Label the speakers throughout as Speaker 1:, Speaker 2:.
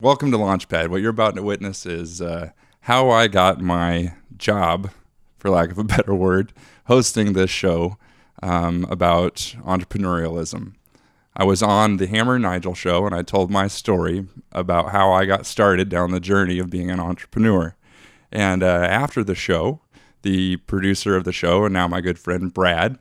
Speaker 1: Welcome to Launchpad. What you're about to witness is uh, how I got my job, for lack of a better word, hosting this show um, about entrepreneurialism. I was on the Hammer Nigel show and I told my story about how I got started down the journey of being an entrepreneur. And uh, after the show, the producer of the show and now my good friend Brad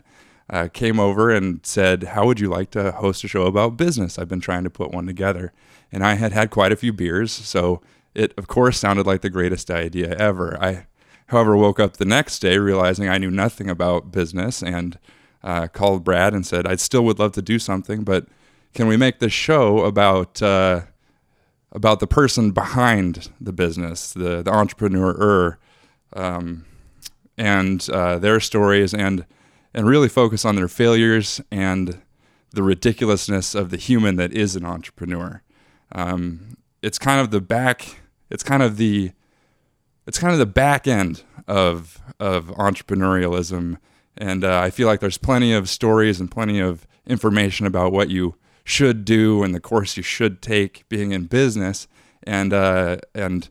Speaker 1: uh, came over and said, How would you like to host a show about business? I've been trying to put one together. And I had had quite a few beers, so it, of course, sounded like the greatest idea ever. I, however, woke up the next day realizing I knew nothing about business and uh, called Brad and said, I still would love to do something, but can we make this show about. Uh, about the person behind the business, the, the entrepreneur, um, and uh, their stories, and and really focus on their failures and the ridiculousness of the human that is an entrepreneur. Um, it's kind of the back. It's kind of the it's kind of the back end of of entrepreneurialism, and uh, I feel like there's plenty of stories and plenty of information about what you should do and the course you should take being in business, and uh, and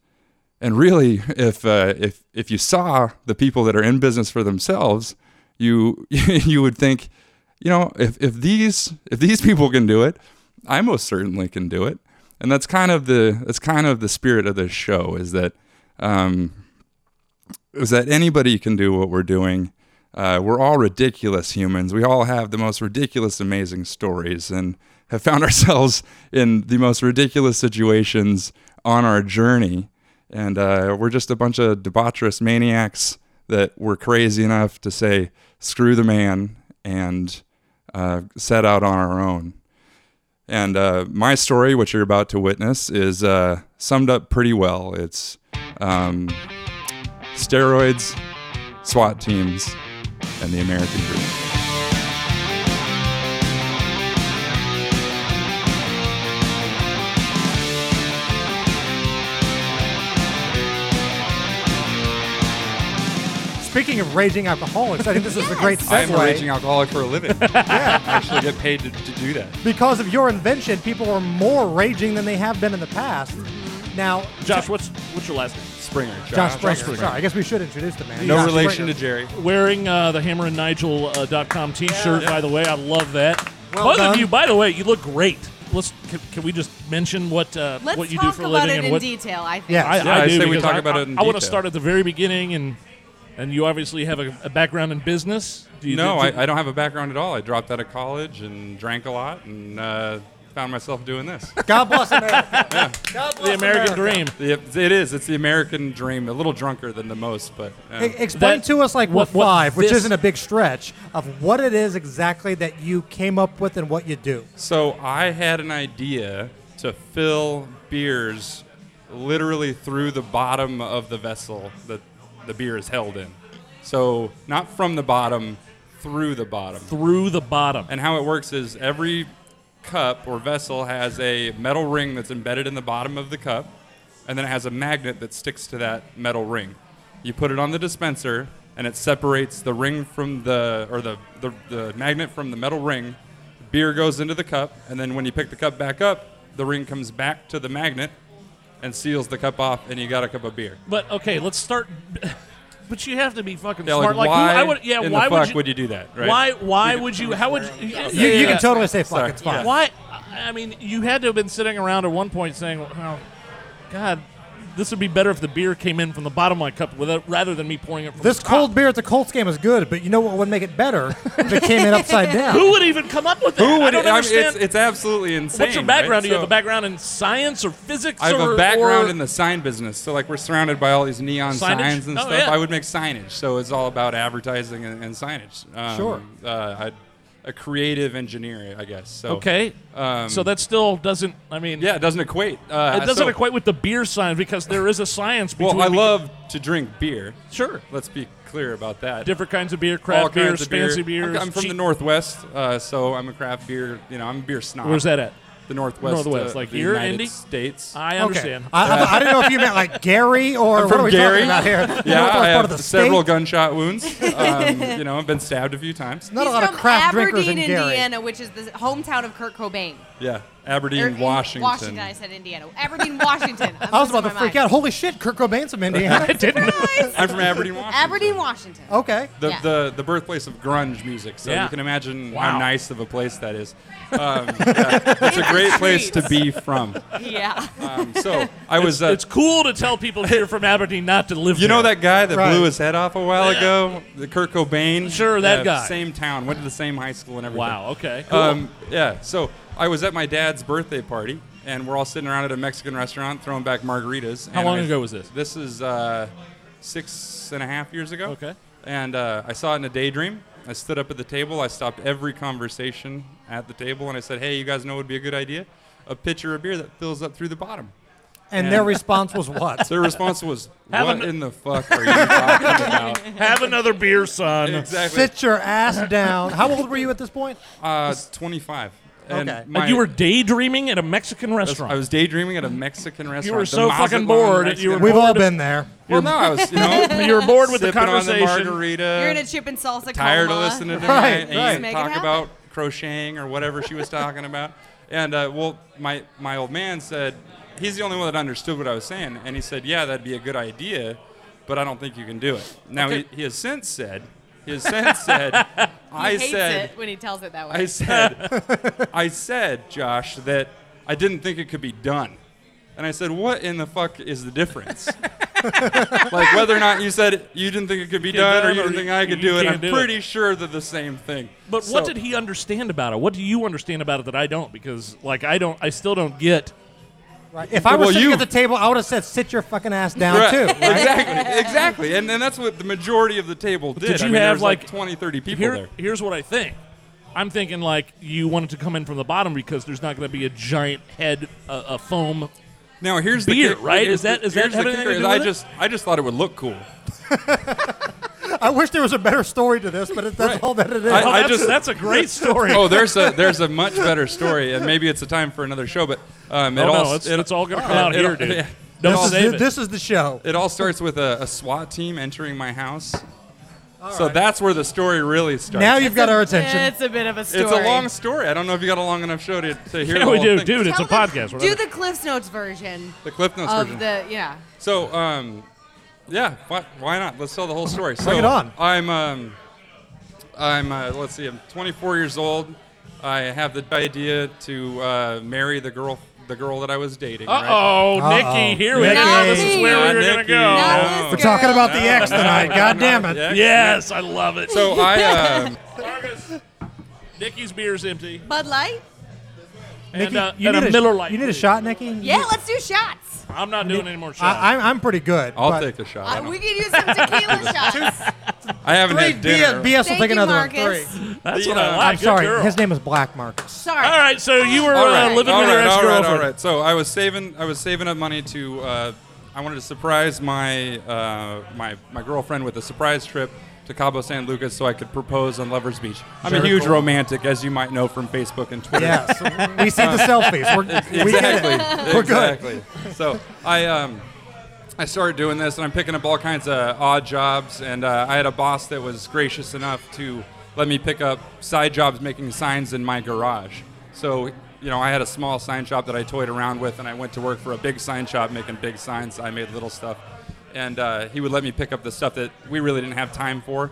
Speaker 1: and really, if uh, if if you saw the people that are in business for themselves, you you would think, you know, if if these if these people can do it, I most certainly can do it. And that's kind of the that's kind of the spirit of this show is that um, is that anybody can do what we're doing. Uh, we're all ridiculous humans. We all have the most ridiculous, amazing stories and have found ourselves in the most ridiculous situations on our journey. And uh, we're just a bunch of debaucherous maniacs that were crazy enough to say, screw the man, and uh, set out on our own. And uh, my story, which you're about to witness, is uh, summed up pretty well. It's um, steroids, SWAT teams, and the American dream.
Speaker 2: Speaking of raging alcoholics, I think this is a great segue.
Speaker 1: I am a raging alcoholic for a living. yeah, I actually get paid to, to do that.
Speaker 2: because of your invention, people are more raging than they have been in the past. Now,
Speaker 3: Josh, what's what's your last name? Springer.
Speaker 2: Josh Springer. Sorry, I guess we should introduce the man.
Speaker 1: No
Speaker 2: Josh
Speaker 1: relation
Speaker 2: Springer.
Speaker 1: to Jerry.
Speaker 3: Wearing uh, the Hammer and Nigel uh, dot com T-shirt, by the way, I love that.
Speaker 2: Well
Speaker 3: Both
Speaker 2: done.
Speaker 3: of you, by the way, you look great. Let's can, can we just mention what uh,
Speaker 4: Let's
Speaker 3: what you do
Speaker 4: talk
Speaker 3: for a
Speaker 4: about
Speaker 3: living
Speaker 4: it
Speaker 3: and
Speaker 4: in
Speaker 3: what
Speaker 4: detail. I think.
Speaker 2: Yeah.
Speaker 3: I,
Speaker 1: Yeah, I
Speaker 3: do
Speaker 1: say we
Speaker 3: because
Speaker 1: talk
Speaker 3: I-
Speaker 1: about
Speaker 3: I-
Speaker 1: it in
Speaker 3: I want to
Speaker 1: detail.
Speaker 3: start at the very beginning, and and you obviously have a, a background in business. Do you,
Speaker 1: No,
Speaker 3: do-
Speaker 1: I, I don't have a background at all. I dropped out of college and drank a lot and uh, found myself doing this.
Speaker 2: God bless America. God bless
Speaker 3: the American dream.
Speaker 1: It it is. It's the American dream. A little drunker than the most, but uh,
Speaker 2: E- Explain
Speaker 3: That-
Speaker 2: to us, like
Speaker 3: what-
Speaker 2: what,
Speaker 3: what
Speaker 2: five, which
Speaker 3: this-
Speaker 2: isn't a big stretch, of what it is exactly that you came up with and what you do.
Speaker 1: So I had an idea to fill beers literally through the bottom of the vessel that the beer is held in. So not from the bottom, through the bottom.
Speaker 3: Through the bottom.
Speaker 1: And how it works is every cup or vessel has a metal ring that's embedded in the bottom of the cup, and then it has a magnet that sticks to that metal ring. You put it on the dispenser, and it separates the ring from the or the the, the magnet from the metal ring. Beer goes into the cup, and then when you pick the cup back up, the ring comes back to the magnet and seals the cup off, and you got a cup of beer.
Speaker 3: But okay, let's start. But you have to be fucking
Speaker 1: Yeah,
Speaker 3: smart.
Speaker 1: like,
Speaker 3: Like, who-
Speaker 1: why
Speaker 3: I would, yeah,
Speaker 1: in
Speaker 3: why
Speaker 1: the fuck
Speaker 3: would you,
Speaker 1: do that? Right?
Speaker 3: Why? Why would you? How would you?
Speaker 2: You, you
Speaker 3: Yeah.
Speaker 2: can totally say fuck.
Speaker 1: Sorry.
Speaker 2: It's fine.
Speaker 3: Why? I I mean, you had to have been sitting around at one point saying, "Well, God, this would be better if the beer came in from the bottom of my cup without, rather than me pouring it from
Speaker 2: This
Speaker 3: the top."
Speaker 2: cold beer at the Colts game is good, but you know what would make it better? if it came in upside down.
Speaker 3: Who would even come up with that?
Speaker 1: Who would?
Speaker 3: I don't
Speaker 1: I mean,
Speaker 3: understand.
Speaker 1: it's, it's absolutely insane.
Speaker 3: What's your background?
Speaker 1: right?
Speaker 3: Do you have
Speaker 1: So-
Speaker 3: a background in science or physics?
Speaker 1: I have
Speaker 3: or,
Speaker 1: a background
Speaker 3: or-
Speaker 1: in the sign business, so like we're surrounded by all these neon
Speaker 3: Signage?
Speaker 1: signs and
Speaker 3: Oh,
Speaker 1: stuff.
Speaker 3: yeah.
Speaker 1: I would make signage, so it's all about advertising and, and signage. Um,
Speaker 2: Sure.
Speaker 1: Uh, I, a creative engineer, I guess. So
Speaker 3: Okay, so that still doesn't. I mean,
Speaker 1: um, yeah, it doesn't equate. Uh,
Speaker 3: it doesn't
Speaker 1: so-
Speaker 3: equate with the beer science because there is a science. Between
Speaker 1: Well, I love to drink beer.
Speaker 3: sure
Speaker 1: Let's be clear about that.
Speaker 3: different kinds of beer,
Speaker 1: all kinds
Speaker 3: craft beers,
Speaker 1: of beer.
Speaker 3: fancy beers.
Speaker 1: I'm, I'm from the
Speaker 3: cheap-
Speaker 1: northwest, uh, so I'm a craft beer. You know, I'm a beer snob.
Speaker 3: Where's that at?
Speaker 1: The northwest.
Speaker 3: Northwest,
Speaker 1: uh,
Speaker 3: like
Speaker 1: the
Speaker 3: here,
Speaker 1: United
Speaker 3: Indy?
Speaker 1: States.
Speaker 3: I
Speaker 2: Okay.
Speaker 3: understand.
Speaker 2: I, I, I don't know if you meant like Gary or what
Speaker 1: from
Speaker 2: are we
Speaker 1: Gary.
Speaker 2: talking about here?
Speaker 1: yeah, I
Speaker 2: Northwest part
Speaker 1: have
Speaker 2: of the
Speaker 1: several
Speaker 2: state.
Speaker 1: gunshot wounds. Um, you know, I've been stabbed a few times.
Speaker 2: Not a
Speaker 4: He's
Speaker 2: lot
Speaker 4: from
Speaker 2: of craft
Speaker 4: Aberdeen,
Speaker 2: drinkers in Gary.
Speaker 4: Indiana, which is the hometown of Kurt Cobain.
Speaker 1: Yeah.
Speaker 5: Aberdeen,
Speaker 4: Or in
Speaker 5: Washington.
Speaker 4: Washington. I said Indiana. Aberdeen, Washington. I'm
Speaker 2: I was about to
Speaker 4: losing my
Speaker 2: freak out.
Speaker 4: mind.
Speaker 2: Holy shit, Kurt Cobain's from Indiana.
Speaker 3: Didn't
Speaker 5: I'm from Aberdeen, Washington.
Speaker 4: Aberdeen, Washington.
Speaker 2: okay.
Speaker 5: the,
Speaker 4: Yeah.
Speaker 5: the the birthplace of grunge music. So
Speaker 3: Yeah.
Speaker 5: you can imagine
Speaker 3: Wow.
Speaker 5: how nice of a place that is. Um, yeah, it's a great place to be from.
Speaker 4: Yeah.
Speaker 5: Um, so I was. Uh,
Speaker 3: it's cool to tell people here from Aberdeen not to live
Speaker 5: you know
Speaker 3: there.
Speaker 5: that guy that
Speaker 2: Right.
Speaker 5: blew his head off a while ago, the Kurt Cobain.
Speaker 3: Sure, that
Speaker 5: Yeah,
Speaker 3: guy.
Speaker 5: Same town, went to the same high school and everything.
Speaker 3: Wow. Okay.
Speaker 5: Um, yeah. So I was at my dad's birthday party, and we're all sitting around at a Mexican restaurant throwing back margaritas.
Speaker 3: How
Speaker 5: and
Speaker 3: long
Speaker 5: I-
Speaker 3: ago was this?
Speaker 5: This is uh, six and a half years ago.
Speaker 3: Okay.
Speaker 5: And uh, I saw it in a daydream. I stood up at the table. I stopped every conversation at the table, and I said, "Hey, you guys know what would be a good idea? A pitcher of beer that fills up through the bottom."
Speaker 2: And their response was what?
Speaker 5: Their response was,
Speaker 3: Have
Speaker 5: "What
Speaker 3: an-
Speaker 5: in the fuck are you talking about?"
Speaker 3: Have another beer, son.
Speaker 5: exactly.
Speaker 2: Sit your ass down. How old were you at this point?
Speaker 5: Uh, 25. And
Speaker 2: Okay. And
Speaker 5: my-
Speaker 3: Like you were daydreaming at a Mexican
Speaker 5: I was-
Speaker 3: restaurant.
Speaker 5: I was daydreaming at a Mexican restaurant.
Speaker 3: were
Speaker 5: the
Speaker 3: so fucking
Speaker 5: Mazatlan
Speaker 3: bored that you
Speaker 5: Mexican-
Speaker 3: were-
Speaker 2: We've all been there.
Speaker 5: Well, no, I was, you know,
Speaker 3: you were bored with the
Speaker 5: sipping on the
Speaker 3: conversation.
Speaker 5: margarita.
Speaker 4: You're in a chip and salsa
Speaker 5: tired
Speaker 4: coma.
Speaker 5: of listening to
Speaker 2: Right,
Speaker 5: my
Speaker 2: right.
Speaker 5: aunt
Speaker 4: Make it
Speaker 5: talk
Speaker 4: happen.
Speaker 5: about crocheting or whatever she was talking about. And uh, well, my my old man said he's the only one that understood what I was saying, and he said, "Yeah, that'd be a good idea, but I don't think you can do it." Now he, he has since said, he has since said,
Speaker 4: He
Speaker 5: I
Speaker 4: hates
Speaker 5: said,
Speaker 4: it when he tells it that way.
Speaker 5: I said, I said, Josh, that I didn't think it could be done. And I said, what in the fuck is the difference? like whether or not you said you didn't think it could be done, or you didn't think I could
Speaker 3: you
Speaker 5: do it,
Speaker 3: can't
Speaker 5: I'm
Speaker 3: do it.
Speaker 5: pretty sure they're the same thing.
Speaker 3: But what did he understand about it? What do you understand about it that I don't? Because like I don't, I still don't get.
Speaker 2: Right. If I were
Speaker 5: Well,
Speaker 2: sitting
Speaker 5: you-
Speaker 2: at the table, I would have said, sit your fucking ass down
Speaker 5: Right.
Speaker 2: too.
Speaker 5: Exactly, exactly. And, and that's what the majority of the table did.
Speaker 3: Did
Speaker 5: I
Speaker 3: you
Speaker 5: mean, there
Speaker 3: have,
Speaker 5: was like,
Speaker 3: like,
Speaker 5: 20, 30 people
Speaker 3: Here,
Speaker 5: there?
Speaker 3: here's what I think. I'm thinking like you wanted to come in from the bottom because there's not going to be a giant head, uh, a foam.
Speaker 5: Now here's
Speaker 3: Beer,
Speaker 5: the kick-
Speaker 3: right?
Speaker 5: here's
Speaker 3: Is that-
Speaker 5: the-
Speaker 3: is that
Speaker 5: here's the
Speaker 3: have anything
Speaker 5: kicker
Speaker 3: to
Speaker 5: is
Speaker 3: do
Speaker 5: I
Speaker 3: with it?
Speaker 5: just I just thought it would look cool.
Speaker 2: I wish there was a better story to this, but it, that's
Speaker 5: Right.
Speaker 2: all that it is.
Speaker 5: I-
Speaker 3: Oh,
Speaker 5: I
Speaker 3: that's,
Speaker 5: just-
Speaker 3: that's a great story.
Speaker 5: Oh, there's a there's a much better story, and maybe it's a time for another show. But um, it
Speaker 3: Oh,
Speaker 5: all
Speaker 3: no, it's,
Speaker 5: it,
Speaker 3: it's all going to come out
Speaker 5: it-
Speaker 3: here,
Speaker 5: it-
Speaker 3: dude.
Speaker 5: yeah.
Speaker 3: Don't
Speaker 2: this,
Speaker 3: save
Speaker 2: is
Speaker 3: it.
Speaker 2: the, this is the show.
Speaker 5: It all starts with a, a SWAT team entering my house. so that's where the story really starts.
Speaker 2: Now you've got our attention.
Speaker 4: It's a bit of a story.
Speaker 5: it's a long story. I don't know if you got a long enough show to, to hear
Speaker 3: yeah,
Speaker 5: the
Speaker 3: we
Speaker 5: whole
Speaker 3: do,
Speaker 5: thing.
Speaker 3: dude. It's
Speaker 4: Tell
Speaker 3: a
Speaker 4: the-
Speaker 3: podcast.
Speaker 4: Do
Speaker 3: whatever.
Speaker 4: the Cliff's Notes version
Speaker 5: The Cliff Notes
Speaker 4: of
Speaker 5: version.
Speaker 4: the yeah.
Speaker 5: so, um, yeah, why, why not? Let's tell the whole story. So
Speaker 2: Bring it on.
Speaker 5: I'm, um, I'm, uh, let's see, I'm 24 years old. I have the idea to uh, marry the girl, the girl that I was dating.
Speaker 3: Uh
Speaker 5: Right?
Speaker 3: oh,
Speaker 2: Uh-oh.
Speaker 3: Nikki, here we go.
Speaker 4: Nikki.
Speaker 3: This is where we
Speaker 5: Not
Speaker 3: were going to
Speaker 5: Nikki.
Speaker 3: go.
Speaker 4: Not
Speaker 5: No.
Speaker 4: this
Speaker 2: We're talking
Speaker 4: girl.
Speaker 2: about the X tonight. God damn it.
Speaker 5: Yeah.
Speaker 3: Yes, I love it.
Speaker 5: So I, um,
Speaker 3: Marcus, Nikki's beer's empty.
Speaker 4: Bud Light.
Speaker 3: and uh,
Speaker 2: you
Speaker 3: and
Speaker 2: need
Speaker 3: a Miller Lite.
Speaker 2: You need a
Speaker 3: please.
Speaker 2: shot, Nikki?
Speaker 4: Yeah, let's do shots.
Speaker 3: I'm not doing any more shots.
Speaker 2: I, I'm, I'm pretty good.
Speaker 5: I'll
Speaker 2: but
Speaker 5: take a shot. I,
Speaker 4: Uh,
Speaker 5: don't-
Speaker 4: we could use some tequila shots.
Speaker 5: I haven't
Speaker 2: Three
Speaker 5: had dinner.
Speaker 2: BS, BS will
Speaker 4: Thank
Speaker 2: take
Speaker 4: you,
Speaker 2: another
Speaker 4: Marcus.
Speaker 2: one. Three.
Speaker 3: That's
Speaker 5: The,
Speaker 3: what I
Speaker 5: uh,
Speaker 3: like.
Speaker 2: I'm
Speaker 3: Ah, Good
Speaker 2: sorry.
Speaker 3: girl.
Speaker 2: His name is Black Marcus.
Speaker 4: Sorry.
Speaker 3: All right, so you were
Speaker 5: All
Speaker 3: uh,
Speaker 5: right,
Speaker 3: living
Speaker 5: all
Speaker 3: with your
Speaker 5: right,
Speaker 3: ex
Speaker 5: all right,
Speaker 3: girlfriend.
Speaker 5: all right. So I was saving, I was saving up money to, uh, I wanted to surprise my uh, my my girlfriend with a surprise trip to Cabo San Lucas so I could propose on Lovers Beach. I'm a
Speaker 2: Sure.
Speaker 5: huge romantic, as you might know from Facebook and Twitter.
Speaker 2: Yes. we see the selfies. We're, we get it.
Speaker 5: exactly.
Speaker 2: We're good.
Speaker 5: exactly. So I um, I started doing this, and I'm picking up all kinds of odd jobs. And uh, I had a boss that was gracious enough to let me pick up side jobs, making signs in my garage. So you know, I had a small sign shop that I toyed around with, and I went to work for a big sign shop making big signs. I made little stuff, and uh, he would let me pick up the stuff that we really didn't have time for.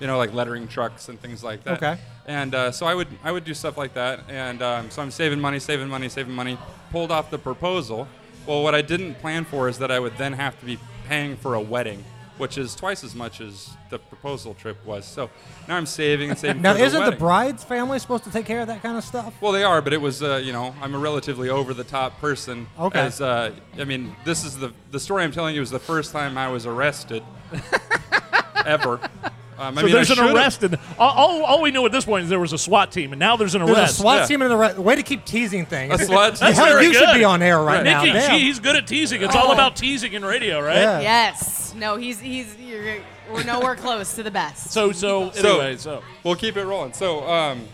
Speaker 5: You know, like lettering trucks and things like that.
Speaker 2: Okay.
Speaker 5: And uh, so I would I would do stuff like that, and um, so I'm saving money, saving money, saving money. Pulled off the proposal. Well, what I didn't plan for is that I would then have to be paying for a wedding, which is twice as much as the proposal trip was. So now I'm saving and saving.
Speaker 2: Now,
Speaker 5: for the
Speaker 2: isn't the
Speaker 5: wedding.
Speaker 2: bride's family supposed to take care of that kind of stuff?
Speaker 5: Well, they are, but it was uh, you know I'm a relatively over the top person.
Speaker 2: Okay.
Speaker 5: As, uh, I mean, this is the the story I'm telling you is the first time I was arrested ever. Um, I
Speaker 3: So
Speaker 5: mean, I
Speaker 3: there's an
Speaker 5: should've-
Speaker 3: arrest, and all, all, all oh, we knew at this point is there was a SWAT team, and now there's an
Speaker 2: There's a
Speaker 3: arrest.
Speaker 2: SWAT
Speaker 5: yeah.
Speaker 2: team and the re- way to keep teasing things.
Speaker 5: A SWAT team.
Speaker 2: You
Speaker 5: That's very
Speaker 2: you should
Speaker 3: good.
Speaker 2: be on air right,
Speaker 5: Right.
Speaker 2: now.
Speaker 3: Nikki,
Speaker 2: Damn.
Speaker 3: gee, he's good at teasing. It's all about teasing in radio, right?
Speaker 2: Yeah.
Speaker 4: Yes. No, he's he's you're, we're nowhere close to the best.
Speaker 3: So, so anyway, so
Speaker 5: we'll keep it rolling. So, um,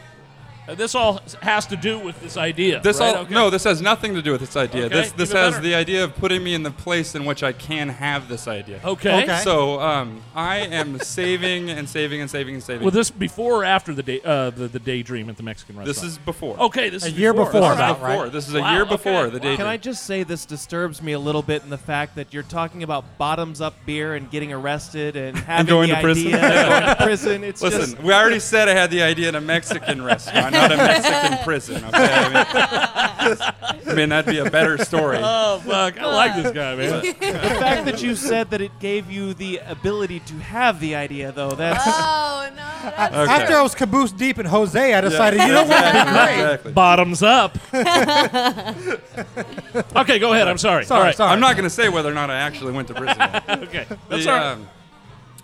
Speaker 3: Uh, This all has to do with this idea.
Speaker 5: This
Speaker 3: right?
Speaker 5: all
Speaker 3: Okay.
Speaker 5: no. This has nothing to do with this idea.
Speaker 3: Okay,
Speaker 5: This this
Speaker 3: even
Speaker 5: has
Speaker 3: better.
Speaker 5: the idea of putting me in the place in which I can have this idea.
Speaker 3: Okay.
Speaker 2: Okay.
Speaker 5: So um, I am saving and saving and saving and saving.
Speaker 3: Well, this before or after the day uh, the, the daydream at the Mexican restaurant?
Speaker 5: this is before.
Speaker 3: okay. This
Speaker 2: A
Speaker 3: is
Speaker 2: year before,
Speaker 3: All
Speaker 5: This is
Speaker 2: about,
Speaker 5: before.
Speaker 2: right?
Speaker 5: This is
Speaker 3: Wow,
Speaker 5: a year
Speaker 3: okay.
Speaker 5: before the
Speaker 3: Wow.
Speaker 5: day.
Speaker 6: Can I just say this disturbs me a little bit in the fact that you're talking about bottoms up beer and getting arrested and having
Speaker 5: going
Speaker 6: the
Speaker 5: to prison.
Speaker 6: idea and going to prison. It's
Speaker 5: Listen,
Speaker 6: just
Speaker 5: we already said I had the idea in a Mexican restaurant, not a Mexican prison. Okay. I mean, I mean, that'd be a better story.
Speaker 3: Oh fuck! I like this guy, man.
Speaker 6: the fact that you said that it gave you the ability to have the idea, though. That's
Speaker 4: Oh no. That's
Speaker 5: Okay.
Speaker 2: After I was caboose deep in Jose, I decided you know what?
Speaker 5: exactly, exactly.
Speaker 3: Bottoms up. okay, go ahead. I'm sorry.
Speaker 2: Sorry,
Speaker 3: all right.
Speaker 2: sorry.
Speaker 5: I'm not going to say whether or not I actually went to prison.
Speaker 3: Okay, that's
Speaker 5: The,
Speaker 3: all right.
Speaker 5: um,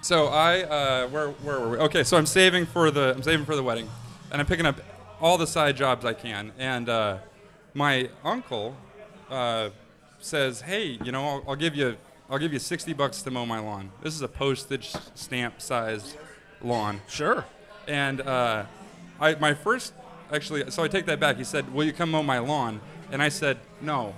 Speaker 5: so I, uh, where, where were we? Okay, so I'm saving for the, I'm saving for the wedding, and I'm picking up all the side jobs I can. And uh, my uncle uh, says, "Hey, you know, I'll, I'll give you, I'll give you 60 bucks to mow my lawn. This is a postage stamp sized lawn."
Speaker 3: Sure.
Speaker 5: And uh, I, my first, actually, so I take that back. He said, "Will you come mow my lawn?" And I said, "No."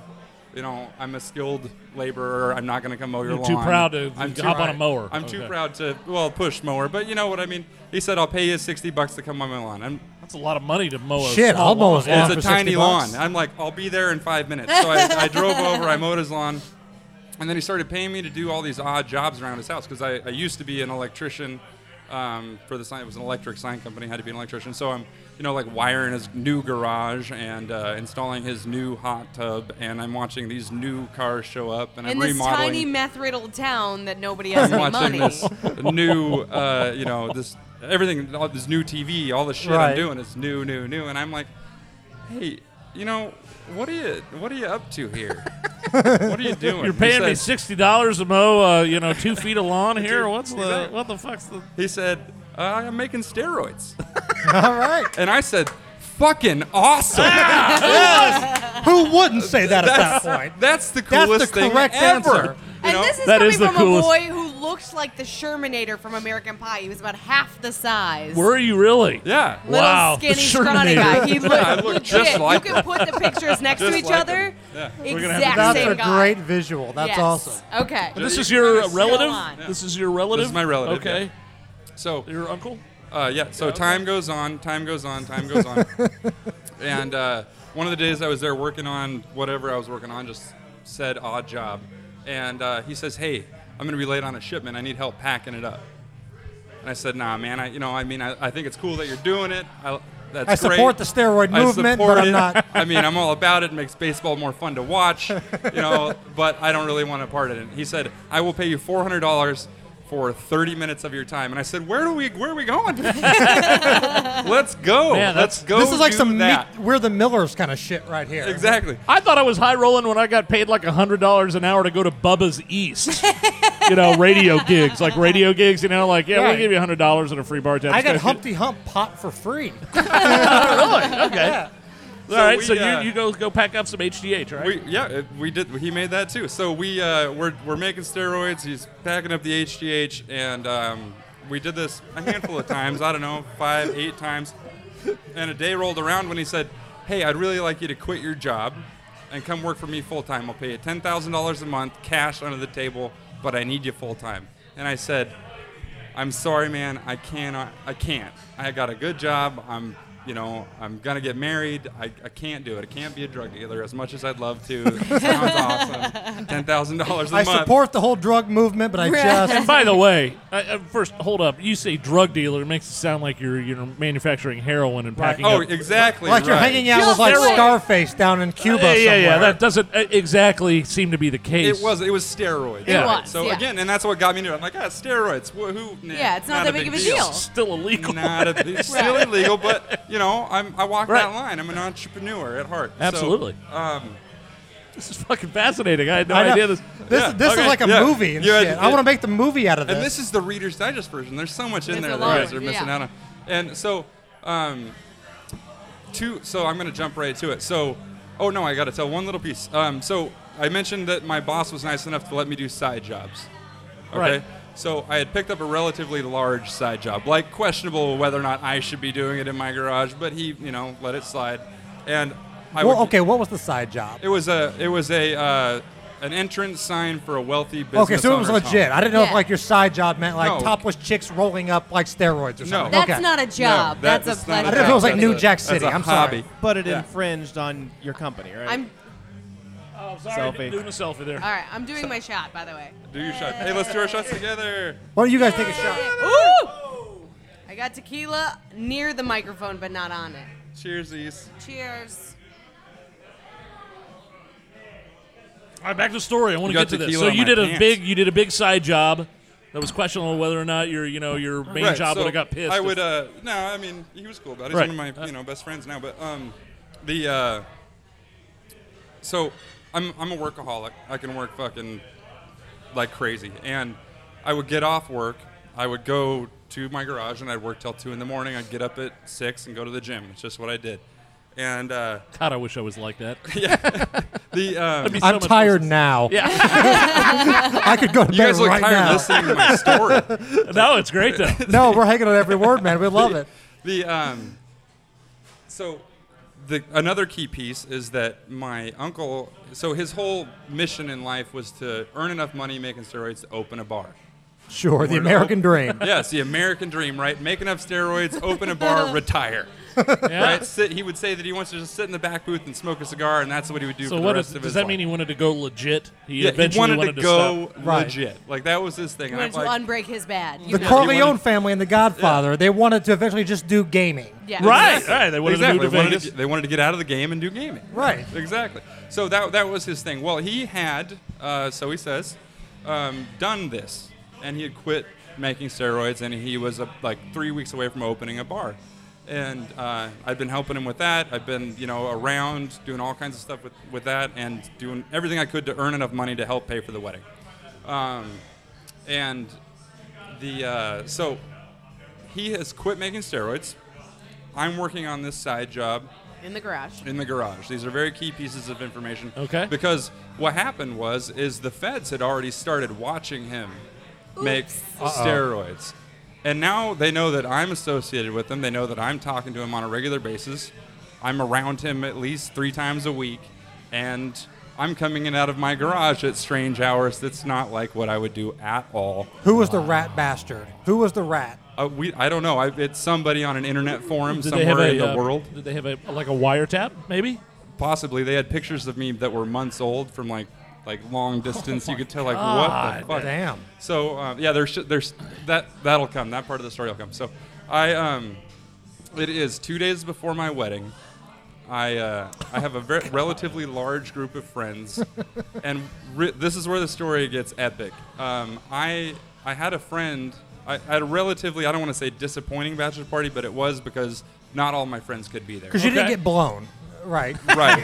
Speaker 5: You know, I'm a skilled laborer. I'm not going to come mow your
Speaker 3: You're
Speaker 5: lawn.
Speaker 3: too proud to
Speaker 5: I'm
Speaker 3: hop on a mower.
Speaker 5: I'm too
Speaker 3: Okay.
Speaker 5: proud to, well, push mower, but you know what I mean. He said, "I'll pay you 60 bucks to come mow my lawn." I'm,
Speaker 3: That's a lot of money to mow a
Speaker 2: Shit,
Speaker 3: small
Speaker 2: I'll mow his
Speaker 3: lawn.
Speaker 2: lawn.
Speaker 5: it's
Speaker 2: for
Speaker 5: a tiny
Speaker 2: 60
Speaker 5: lawn.
Speaker 2: bucks.
Speaker 5: I'm like, I'll be there in five minutes. So I, I drove over, I mowed his lawn, and then he started paying me to do all these odd jobs around his house because I, I used to be an electrician um, for the sign. It was an electric sign company. Had to be an electrician. So I'm, you know, like wiring his new garage and uh, installing his new hot tub, and I'm watching these new cars show up, and
Speaker 4: in
Speaker 5: I'm
Speaker 4: this
Speaker 5: remodeling.
Speaker 4: tiny meth riddled town that nobody has any
Speaker 5: I'm
Speaker 4: money.
Speaker 5: watching this new, uh, you know, this everything, all this new TV, all the shit
Speaker 2: Right.
Speaker 5: I'm doing is new, new, new, and I'm like, hey, you know, what are you, what are you up to here? what are you doing?
Speaker 3: You're paying
Speaker 5: he
Speaker 3: me
Speaker 5: said,
Speaker 3: sixty dollars to mow, uh, you know, two feet of lawn here. What's the
Speaker 5: exactly.
Speaker 3: what the fuck's the?
Speaker 5: He said, uh, I'm making steroids,
Speaker 2: All right.
Speaker 5: and I said, fucking awesome.
Speaker 2: Who wouldn't say that at that point?
Speaker 5: That's the
Speaker 2: That's
Speaker 5: coolest
Speaker 2: the
Speaker 5: thing
Speaker 2: correct
Speaker 5: ever.
Speaker 2: answer.
Speaker 5: You
Speaker 4: And
Speaker 5: know?
Speaker 4: this is
Speaker 3: That
Speaker 4: coming
Speaker 3: is the
Speaker 4: from
Speaker 3: coolest.
Speaker 4: a boy who looked like the Shermanator from American Pie. He was about half the size.
Speaker 3: Were you really?
Speaker 5: yeah.
Speaker 4: Little
Speaker 3: Wow, the
Speaker 4: skinny, scrawny guy. He looked
Speaker 5: I look just
Speaker 4: legit.
Speaker 5: like
Speaker 4: you
Speaker 5: him.
Speaker 4: can put the pictures next to
Speaker 5: Just
Speaker 4: each
Speaker 5: like
Speaker 4: other.
Speaker 5: him. Yeah.
Speaker 3: gonna have to
Speaker 4: Exact
Speaker 2: That's
Speaker 4: same
Speaker 2: a
Speaker 4: guy.
Speaker 2: great visual. That's
Speaker 4: Yes.
Speaker 2: awesome.
Speaker 4: Okay.
Speaker 3: This
Speaker 5: Yeah,
Speaker 3: is
Speaker 5: you
Speaker 3: your
Speaker 5: kinda see
Speaker 3: relative.
Speaker 4: on. Yeah.
Speaker 3: This is your relative.
Speaker 5: This is my relative,
Speaker 3: Okay.
Speaker 5: So
Speaker 3: Your uncle.
Speaker 5: Uh, yeah. So time goes on, time goes on, time goes on. and uh, one of the days I was there working on whatever I was working on, just said odd job, and uh, he says, "Hey, I'm gonna be late on a shipment. I need help packing it up." And I said, "Nah, man. I, you know, I mean, I, I think it's cool that you're doing it. I, that's
Speaker 2: I
Speaker 5: great.
Speaker 2: support the steroid
Speaker 5: I
Speaker 2: movement,
Speaker 5: support
Speaker 2: but I'm
Speaker 5: it.
Speaker 2: not.
Speaker 5: I mean, I'm all about it. It makes baseball more fun to watch, you know, but I don't really want to part in it. He said, I will pay you $400 for 30 minutes of your time. And I said, where do we, where are we going? Let's go.
Speaker 3: Man, that's-
Speaker 5: Let's go.
Speaker 2: This is like
Speaker 5: do
Speaker 2: some
Speaker 5: that.
Speaker 2: meat, we're the Millers kind of shit right here.
Speaker 5: Exactly.
Speaker 3: I thought I was high rolling when I got paid like hundred dollars an hour to go to Bubba's East. you know, radio gigs, like radio gigs. You know, like yeah,
Speaker 2: Right.
Speaker 3: we'll give you hundred dollars and a free bar tab.
Speaker 2: I got
Speaker 3: Just go-
Speaker 2: Humpty Hump pot for free.
Speaker 3: really? Okay. All right.
Speaker 5: we,
Speaker 3: so
Speaker 5: uh,
Speaker 3: you, you go go pack up some HGH, right?
Speaker 5: We, yeah, it- we did. He made that too. So we uh, we're, we're making steroids. He's packing up the HGH, and um, we did this a handful of times. I don't know, five, eight times. And a day rolled around when he said, "Hey, I'd really like you to quit your job and come work for me full time. I'll pay you ten thousand dollars a month, cash under the table, but I need you full time." And I said, I'm sorry, man. I cannot. I can't. I got a good job. I'm, you know, I'm gonna get married. I, I can't do it. I can't be a drug dealer as much as I'd love to. It sounds awesome. Ten thousand dollars a
Speaker 2: I
Speaker 5: month.
Speaker 2: support the whole drug movement, but I
Speaker 4: Right.
Speaker 2: just.
Speaker 3: And by the way, I, I, first hold up. You say drug dealer it makes it sound like you're you're manufacturing heroin and
Speaker 2: Right.
Speaker 3: packing
Speaker 5: oh,
Speaker 3: up.
Speaker 5: exactly.
Speaker 2: Like you're
Speaker 5: right.
Speaker 2: hanging out
Speaker 4: Just
Speaker 2: with like
Speaker 4: do it.
Speaker 2: Scarface down in Cuba
Speaker 3: yeah, yeah, yeah.
Speaker 2: somewhere.
Speaker 3: That doesn't uh, exactly seem to be the case.
Speaker 5: It was. It was steroids.
Speaker 3: Yeah.
Speaker 5: right?
Speaker 4: was,
Speaker 5: So
Speaker 4: yeah.
Speaker 5: again, and that's what got me into it. I'm like, ah, steroids. Wh- who? nah,
Speaker 4: Yeah, it's not that big of a deal.
Speaker 3: still illegal.
Speaker 5: Not a, it's still
Speaker 4: Right.
Speaker 5: illegal, but you know, I'm, I walk
Speaker 3: Right.
Speaker 5: that line. I'm an entrepreneur at heart. So,
Speaker 3: Absolutely.
Speaker 5: um,
Speaker 3: This is fucking fascinating. I had no
Speaker 2: I know.
Speaker 3: idea this.
Speaker 2: This,
Speaker 5: Yeah,
Speaker 2: this
Speaker 5: okay,
Speaker 2: is like a
Speaker 5: yeah.
Speaker 2: movie and
Speaker 5: Yeah,
Speaker 2: shit. I
Speaker 5: it-
Speaker 2: want to make the movie out of this.
Speaker 5: And this is the Reader's Digest version. There's so much in
Speaker 4: It's
Speaker 5: there
Speaker 4: a
Speaker 5: that you
Speaker 4: lot,
Speaker 5: guys are missing
Speaker 4: yeah.
Speaker 5: out on. And so, um, two. So I'm gonna jump right to it. So, oh no, I gotta tell one little piece. Um, so I mentioned that my boss was nice enough to let me do side jobs. Okay.
Speaker 3: Right.
Speaker 5: So I had picked up a relatively large side job, like questionable whether or not I should be doing it in my garage, but he, you know, let it slide. And I
Speaker 2: well,
Speaker 5: would,
Speaker 2: okay, what was the side job?
Speaker 5: It was a it was a uh, an entrance sign for a wealthy business.
Speaker 2: Okay, so it was
Speaker 5: owner's
Speaker 2: legit.
Speaker 5: home.
Speaker 2: I didn't know if
Speaker 4: Yeah.
Speaker 2: like your side job meant like
Speaker 5: No.
Speaker 2: topless chicks rolling up like steroids or
Speaker 5: No.
Speaker 2: something.
Speaker 4: That's
Speaker 2: okay.
Speaker 4: not a job.
Speaker 5: No,
Speaker 4: that's,
Speaker 5: that is not
Speaker 4: a pleasure.
Speaker 2: I didn't know it was like
Speaker 5: job.
Speaker 2: New
Speaker 5: That's a-
Speaker 2: Jack
Speaker 5: that's
Speaker 2: City.
Speaker 5: a
Speaker 2: I'm sorry.
Speaker 5: hobby.
Speaker 6: But it
Speaker 5: Yeah.
Speaker 6: infringed on your company, right?
Speaker 4: I'm
Speaker 3: Oh, sorry,
Speaker 6: Selfie.
Speaker 3: doing a selfie there.
Speaker 4: all right. I'm doing my shot, by the way.
Speaker 5: Do your shot. Hey, let's do our shots together.
Speaker 2: Why don't you guys take a shot?
Speaker 4: Ooh! I got tequila near the microphone, but not on it.
Speaker 5: Cheersies.
Speaker 4: Cheers.
Speaker 3: All right, back to the story. I want
Speaker 5: You
Speaker 3: to
Speaker 5: got
Speaker 3: get to this.
Speaker 5: tequila
Speaker 3: So
Speaker 5: on
Speaker 3: you
Speaker 5: my
Speaker 3: did a
Speaker 5: pants.
Speaker 3: big, you did a big side job that was questionable whether or not your, you know, your main job
Speaker 5: so
Speaker 3: would have got pissed.
Speaker 5: I
Speaker 3: if-
Speaker 5: would. Uh, no, I mean he was cool about it. He's
Speaker 3: Right.
Speaker 5: one of my you know best friends now. But um, the uh, so I'm I'm a workaholic. I can work fucking like crazy. And I would get off work. I would go to my garage and I'd work till two in the morning. I'd get up at six and go to the gym. It's just what I did. And uh,
Speaker 3: God, I wish I was like that.
Speaker 5: the um,
Speaker 3: Be so
Speaker 2: I'm
Speaker 3: much
Speaker 2: tired
Speaker 3: worse.
Speaker 2: now.
Speaker 3: Yeah.
Speaker 2: I could go to
Speaker 5: you
Speaker 2: bed
Speaker 5: guys look
Speaker 2: right
Speaker 5: tired
Speaker 2: now.
Speaker 5: listening to my story.
Speaker 3: no, it's great though.
Speaker 2: No, we're hanging on every word, man. We love it.
Speaker 5: the um, so the another key piece is that my uncle. So his whole mission in life was to earn enough money making steroids to open a bar.
Speaker 2: Sure, the
Speaker 5: We're not-
Speaker 2: American dream.
Speaker 5: Yes, the American dream, right? Make enough steroids, open a bar, retire.
Speaker 3: Yeah.
Speaker 5: Right? Sit, he would say that he wants to just sit in the back booth and smoke a cigar, and that's what he would do
Speaker 3: So
Speaker 5: for
Speaker 3: what
Speaker 5: the
Speaker 3: is,
Speaker 5: rest of his
Speaker 3: does that
Speaker 5: life.
Speaker 3: mean? He wanted to go legit. He
Speaker 5: yeah,
Speaker 3: eventually
Speaker 5: he wanted, to go
Speaker 3: stop.
Speaker 2: Right.
Speaker 5: legit. Like that was his thing.
Speaker 4: He
Speaker 5: and I'm
Speaker 4: wanted to
Speaker 5: like,
Speaker 4: unbreak his bad.
Speaker 2: The
Speaker 5: Yeah.
Speaker 2: Corleone
Speaker 5: He wanted-
Speaker 2: family and The Godfather, they wanted to eventually just do gaming.
Speaker 4: Yeah.
Speaker 3: Right, right. They wanted
Speaker 5: exactly.
Speaker 3: to
Speaker 5: They
Speaker 3: move to
Speaker 5: wanted
Speaker 3: Vegas.
Speaker 5: get- they wanted to get out of the game and do gaming.
Speaker 2: Right.
Speaker 5: Exactly. So that that was his thing. Well, he had, uh, so he says, um, done this, and he had quit making steroids, and he was uh, like three weeks away from opening a bar. And uh, I've been helping him with that. I've been, you know, around doing all kinds of stuff with, with that, and doing everything I could to earn enough money to help pay for the wedding. Um, and the uh, so he has quit making steroids. I'm working on this side job
Speaker 4: In the garage.
Speaker 5: in the garage. These are very key pieces of information.
Speaker 3: Okay.
Speaker 5: Because what happened was is the feds had already started watching him make steroids. And now they know that I'm associated with him. They know that I'm talking to him on a regular basis. I'm around him at least 3 times a week and I'm coming in out of my garage at strange hours. That's not like what I would do at all.
Speaker 2: Who was the rat bastard? Who was the rat?
Speaker 5: Uh, we, I don't know. I, it's somebody on an internet forum
Speaker 3: Did they
Speaker 5: somewhere
Speaker 3: have a,
Speaker 5: in the
Speaker 3: uh,
Speaker 5: world.
Speaker 3: Did they have a like a wiretap? Maybe.
Speaker 5: possibly they had pictures of me that were months old from like like long distance you could tell like
Speaker 3: God,
Speaker 5: what the fuck
Speaker 2: Oh, damn.
Speaker 5: so um, yeah there's there's that that'll come that part of the story will come so i um it is two days before my wedding i uh, i have a ver- relatively large group of friends and ri- this is where the story gets epic um, i i had a friend I, I had a relatively i don't want to say disappointing bachelor party but it was because not all my friends could be there
Speaker 2: Because you didn't
Speaker 3: Okay.
Speaker 2: get blown, right?
Speaker 5: Right.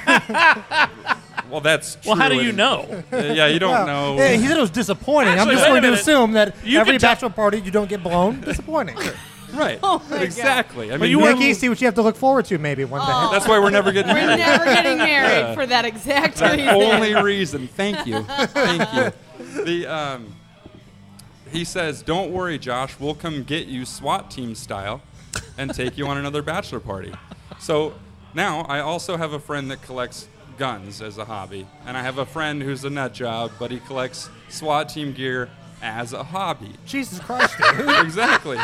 Speaker 5: well, that's true.
Speaker 3: Well, how do you
Speaker 5: and-
Speaker 3: know?
Speaker 5: Uh, yeah, you don't know.
Speaker 2: Yeah, he said it was disappointing.
Speaker 3: Actually,
Speaker 2: I'm just
Speaker 3: wait a
Speaker 2: going to
Speaker 3: minute.
Speaker 2: assume that
Speaker 3: You
Speaker 2: every
Speaker 3: can tell-
Speaker 2: bachelor party you don't get blown. Disappointing.
Speaker 5: right.
Speaker 4: Oh my God.
Speaker 5: exactly. I mean,
Speaker 3: you were-
Speaker 2: Nikki, see what you Oh. have to look forward to maybe one day.
Speaker 5: that's why we're never getting
Speaker 4: We're
Speaker 5: married.
Speaker 4: never getting married for that exact reason.
Speaker 5: Only reason. Thank you. Thank you. The um, he says, "Don't worry, Josh. We'll come get you SWAT team style, and take you on another bachelor party." So now I also have a friend that collects guns as a hobby, and I have a friend who's a nut job, but he collects SWAT team gear as a hobby.
Speaker 2: Jesus Christ, dude.
Speaker 5: Exactly.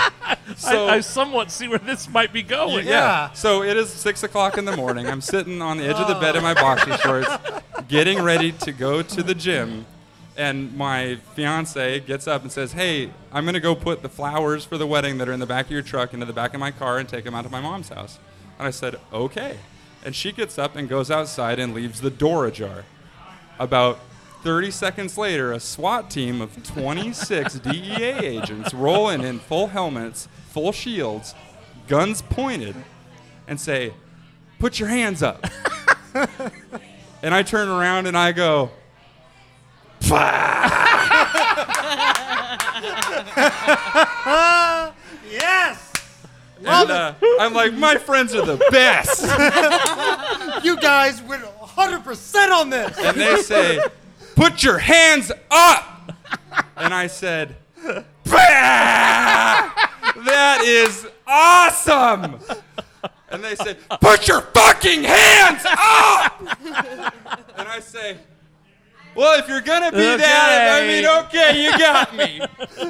Speaker 5: So
Speaker 3: I, I somewhat see where this might be going.
Speaker 5: Yeah.
Speaker 2: Yeah.
Speaker 5: So it is six o'clock in the morning. I'm sitting on the edge of the bed in my boxer shorts, getting ready to go to the gym. And my fiance gets up and says, Hey, I'm going to go put the flowers for the wedding that are in the back of your truck into the back of my car and take them out to my mom's house. And I said, Okay. And she gets up and goes outside and leaves the door ajar. About 30 seconds later, a SWAT team of 26 DEA agents rolling in full helmets, full shields, guns pointed, and say, Put your hands up. and I turn around and I go,
Speaker 2: Yes!
Speaker 5: and, uh, I'm like, My friends are the best.
Speaker 2: You guys went 100% on this.
Speaker 5: and they say, "Put your hands up," and I said, that is awesome. And they say, put your fucking hands up. and I say, well, if you're gonna be that, I
Speaker 3: Okay.
Speaker 5: mean, okay, you got me.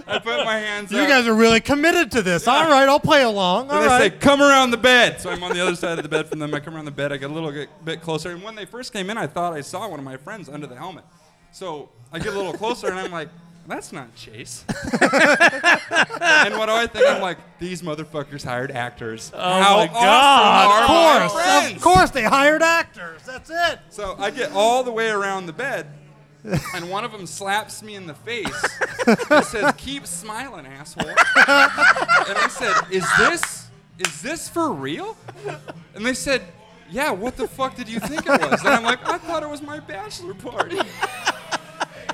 Speaker 5: I put my hands up.
Speaker 2: You guys are really committed to this. All right, I'll play along. All
Speaker 5: And they
Speaker 2: right.
Speaker 5: say, come around the bed. So I'm on the other side of the bed from them. I come around the bed. I get a little bit- bit closer. And when they first came in, I thought I saw one of my friends under the helmet. So I get a little closer and I'm like, that's not Chase. and what do I think? I'm like, these motherfuckers hired actors. Oh How
Speaker 3: my
Speaker 5: awesome
Speaker 3: God.
Speaker 5: are my
Speaker 2: of course,
Speaker 5: friends?"
Speaker 2: of course, they hired actors. That's it.
Speaker 5: So I get all the way around the bed, and one of them slaps me in the face and says, "Keep smiling, asshole." And I said, "Is this is this for real?" And they said, "Yeah, what the fuck did you think it was?" And I'm like, "I thought it was my bachelor party."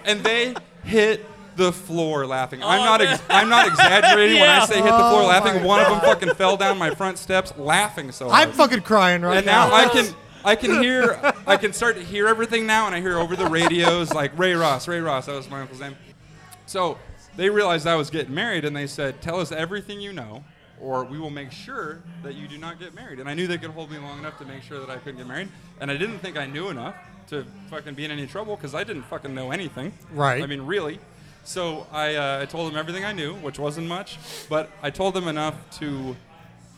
Speaker 5: And they hit the floor laughing. I'm not ex- I'm not exaggerating when I
Speaker 3: Yeah.
Speaker 5: say hit the floor
Speaker 2: Oh
Speaker 5: laughing.
Speaker 2: my
Speaker 5: One of them fucking fell down my front steps laughing so hard
Speaker 2: I'm fucking crying right
Speaker 5: and now I can I can hear I can start to hear everything now, and I hear over the radios like Ray Ross, Ray Ross. That was my uncle's name. So they realized I was getting married, and they said, "Tell us everything you know, or we will make sure that you do not get married." And I knew they could hold me long enough to make sure that I couldn't get married, and I didn't think I knew enough to fucking be in any trouble because I didn't fucking know anything.
Speaker 2: Right.
Speaker 5: I mean, really. So I, uh, I told them everything I knew, which wasn't much, but I told them enough to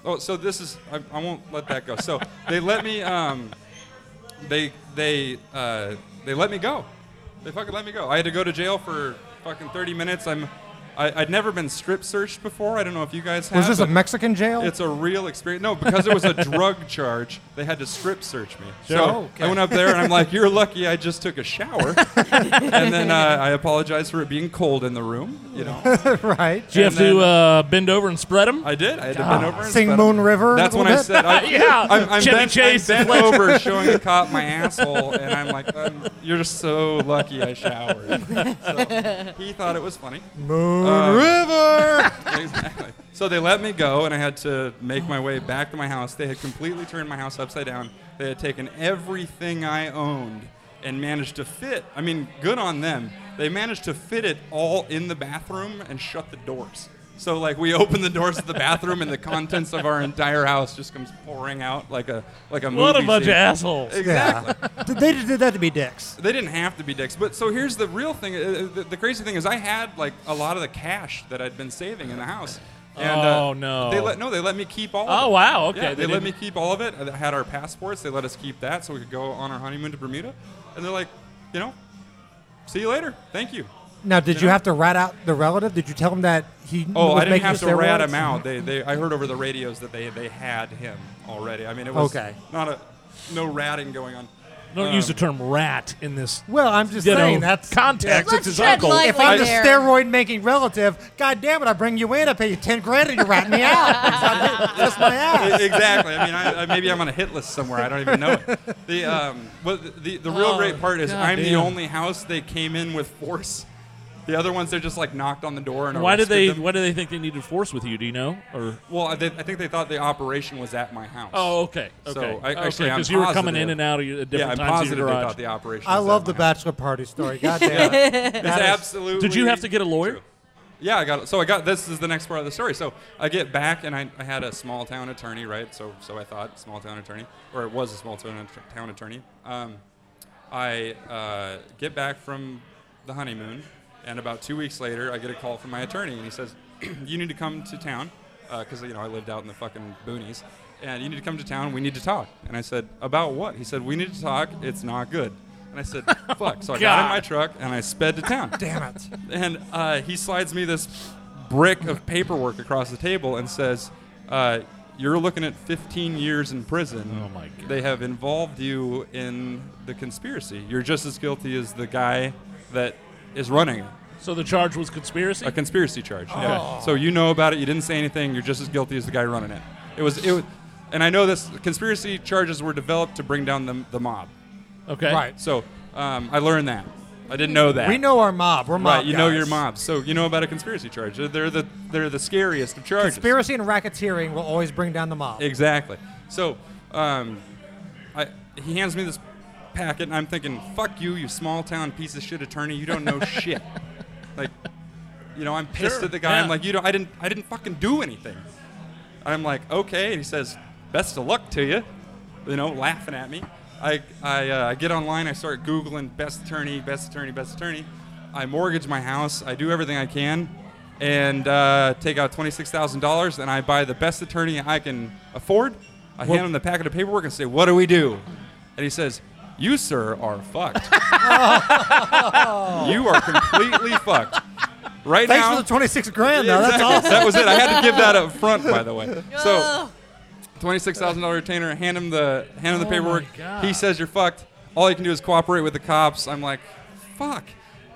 Speaker 5: Oh, so this is I, I won't let that go. So they let me um, they they uh, they let me go. They fucking let me go. I had to go to jail for fucking 30 minutes. I'm I, I'd never been strip searched before. I don't know if you guys have.
Speaker 2: Was this a
Speaker 5: but
Speaker 2: Mexican jail?
Speaker 5: It's a real experience. No, because it was a drug charge, they had to strip search me. So
Speaker 2: Oh, okay.
Speaker 5: I went up there and I'm like, "You're lucky I just took a shower." and then uh, I apologized for it being cold in the room. You know.
Speaker 2: right.
Speaker 3: Do you have
Speaker 5: And then-
Speaker 3: to uh, bend over and spread them?
Speaker 5: I did. I had to bend over. And
Speaker 2: Sing
Speaker 5: spat
Speaker 2: Moon
Speaker 5: on-
Speaker 2: River a
Speaker 5: That's when
Speaker 2: little
Speaker 5: I
Speaker 2: bit?
Speaker 5: said, I,
Speaker 3: Yeah.
Speaker 5: I'm, I'm
Speaker 3: Chevy
Speaker 5: bent,
Speaker 3: Chase
Speaker 5: I'm
Speaker 3: and
Speaker 5: bent
Speaker 3: Fletcher.
Speaker 5: over, showing the cop my asshole, and I'm like, um, "You're just so lucky I showered." So he thought it was funny.
Speaker 2: Moon
Speaker 5: Uh,
Speaker 2: River.
Speaker 5: Exactly. So they let me go, and I had to make my way back to my house. They had completely turned my house upside down. They had taken everything I owned and managed to fit. I mean, good on them. They managed to fit it all in the bathroom and shut the doors. So like we opened the doors to the bathroom, and the contents of our entire house just comes pouring out like a like a movie.
Speaker 3: what a bunch
Speaker 5: scene.
Speaker 3: of assholes.
Speaker 5: Exactly.
Speaker 2: Yeah. they just did that to be dicks.
Speaker 5: They didn't have to be dicks, but so here's the real thing. uh, The, the crazy thing is, I had like a lot of the cash that I'd been saving in the house. And, uh,
Speaker 3: Oh, no.
Speaker 5: They let no, they let me keep all.
Speaker 3: Oh,
Speaker 5: of it.
Speaker 3: wow, okay,
Speaker 5: Yeah,
Speaker 3: they
Speaker 5: they, let
Speaker 3: didn't-
Speaker 5: me keep all of it. I had our passports. They let us keep that, so we could go on our honeymoon to Bermuda. And they're like, you know, see you later. Thank you.
Speaker 2: Now, did you
Speaker 5: know?
Speaker 2: have to rat out the relative? Did you tell him that he?
Speaker 5: Oh,
Speaker 2: was
Speaker 5: I didn't
Speaker 2: making
Speaker 5: have to
Speaker 2: steroids?
Speaker 5: rat him out.
Speaker 3: Mm-hmm.
Speaker 5: They, they, I heard over the radios that they, they had him already. I mean, it was
Speaker 2: Okay.
Speaker 5: not a, no ratting going on.
Speaker 3: Don't use
Speaker 5: uh,
Speaker 3: the term rat in this.
Speaker 2: Well, I'm just
Speaker 3: You know,
Speaker 2: saying that's
Speaker 3: context.
Speaker 4: Let's
Speaker 3: It's his
Speaker 4: tread
Speaker 3: uncle.
Speaker 4: lightly
Speaker 2: If I'm the
Speaker 4: there.
Speaker 2: steroid making relative, god damn it, I bring you in, I pay you ten grand, and you rat me out. That's my ass.
Speaker 5: E-, exactly. I mean, I, I, maybe I'm on a hit list somewhere. I don't even know it. The um, but the the real
Speaker 3: Oh,
Speaker 5: great part is
Speaker 3: God
Speaker 5: I'm the
Speaker 3: damn.
Speaker 5: only house they came in with force. The other ones they just like knocked on the door and
Speaker 3: Why did
Speaker 5: arrested
Speaker 3: they?
Speaker 5: Them.
Speaker 3: Why do they think they needed force with you? Do you know? Or
Speaker 5: Well, they, I think they thought the operation was at my house.
Speaker 3: oh, okay, okay,
Speaker 5: So, I- actually, I'm
Speaker 3: because you were coming
Speaker 5: positive-
Speaker 3: in and out of your, at
Speaker 5: yeah, I'm
Speaker 3: different times of
Speaker 5: positive
Speaker 3: your
Speaker 5: they
Speaker 3: garage.
Speaker 5: thought the operation.
Speaker 2: I
Speaker 5: was
Speaker 2: love
Speaker 5: at
Speaker 2: the
Speaker 5: my house.
Speaker 2: bachelor party story. God damn it.
Speaker 5: Yeah. It's absolutely.
Speaker 3: Did you have to get a lawyer?
Speaker 5: Yeah, I got. So I got. This is the next part of the story. So I get back, and I, I had a small town attorney, right? So so I thought small town attorney, or it was a small town att- town attorney. Um, I uh, get back from the honeymoon, and about two weeks later, I get a call from my attorney, and he says, "You need to come to town, because you know I lived out in the fucking boonies, and you need to come to town. We need to talk." And I said, "About what?" He said, "We need to talk. It's not good." And I said, "Fuck!" So I got in
Speaker 3: God.
Speaker 5: my truck and I sped to town.
Speaker 2: Damn it.
Speaker 5: And uh, he slides me this brick of paperwork across the table and says, uh, "You're looking at 15 years in prison.
Speaker 3: Oh, my God.
Speaker 5: They have involved you in the conspiracy. You're just as guilty as the guy that is running it.
Speaker 3: So the charge was conspiracy.
Speaker 5: a conspiracy charge.
Speaker 2: Oh.
Speaker 5: Yeah. So you know about it. You didn't say anything. You're just as guilty as the guy running it. It was it. Was, and I know this conspiracy charges were developed to bring down the, the mob.
Speaker 3: Okay,
Speaker 2: Right.
Speaker 5: So um, I learned that. I didn't know that.
Speaker 2: We know our mob. We're mob
Speaker 5: Right, you know
Speaker 2: guys.
Speaker 5: your mobs, so you know about a conspiracy charge. They're- They're the they're the scariest of charges.
Speaker 2: Conspiracy and racketeering will always bring down the mob.
Speaker 5: Exactly. So, um, I, he hands me this packet, and I'm thinking, "Fuck you, you small town piece of shit attorney. You don't know shit." Like, You know, I'm pissed
Speaker 3: Sure,
Speaker 5: at the guy.
Speaker 3: yeah.
Speaker 5: I'm like, you know, I didn't, I didn't fucking do anything. I'm like, okay. And he says, best of luck to you. You know, laughing at me. I, I, uh, I get online. I start Googling best attorney, best attorney, best attorney. I mortgage my house. I do everything I can and uh, take out $26,000 and I buy the best attorney I can afford. I hand him the packet of paperwork and say, what do we do? And he says, you, sir, are fucked. you are completely fucked. Right
Speaker 2: Oh. Thanks
Speaker 5: now,
Speaker 2: for the 26 grand, though. That's
Speaker 5: Exactly.
Speaker 2: awesome.
Speaker 5: That was it. I had to give that up front, by the way. So, twenty-six thousand dollar retainer. Hand him the hand him the
Speaker 3: Oh my
Speaker 5: paperwork.
Speaker 3: God.
Speaker 5: He says you're fucked. All you can do is cooperate with the cops. I'm like, fuck.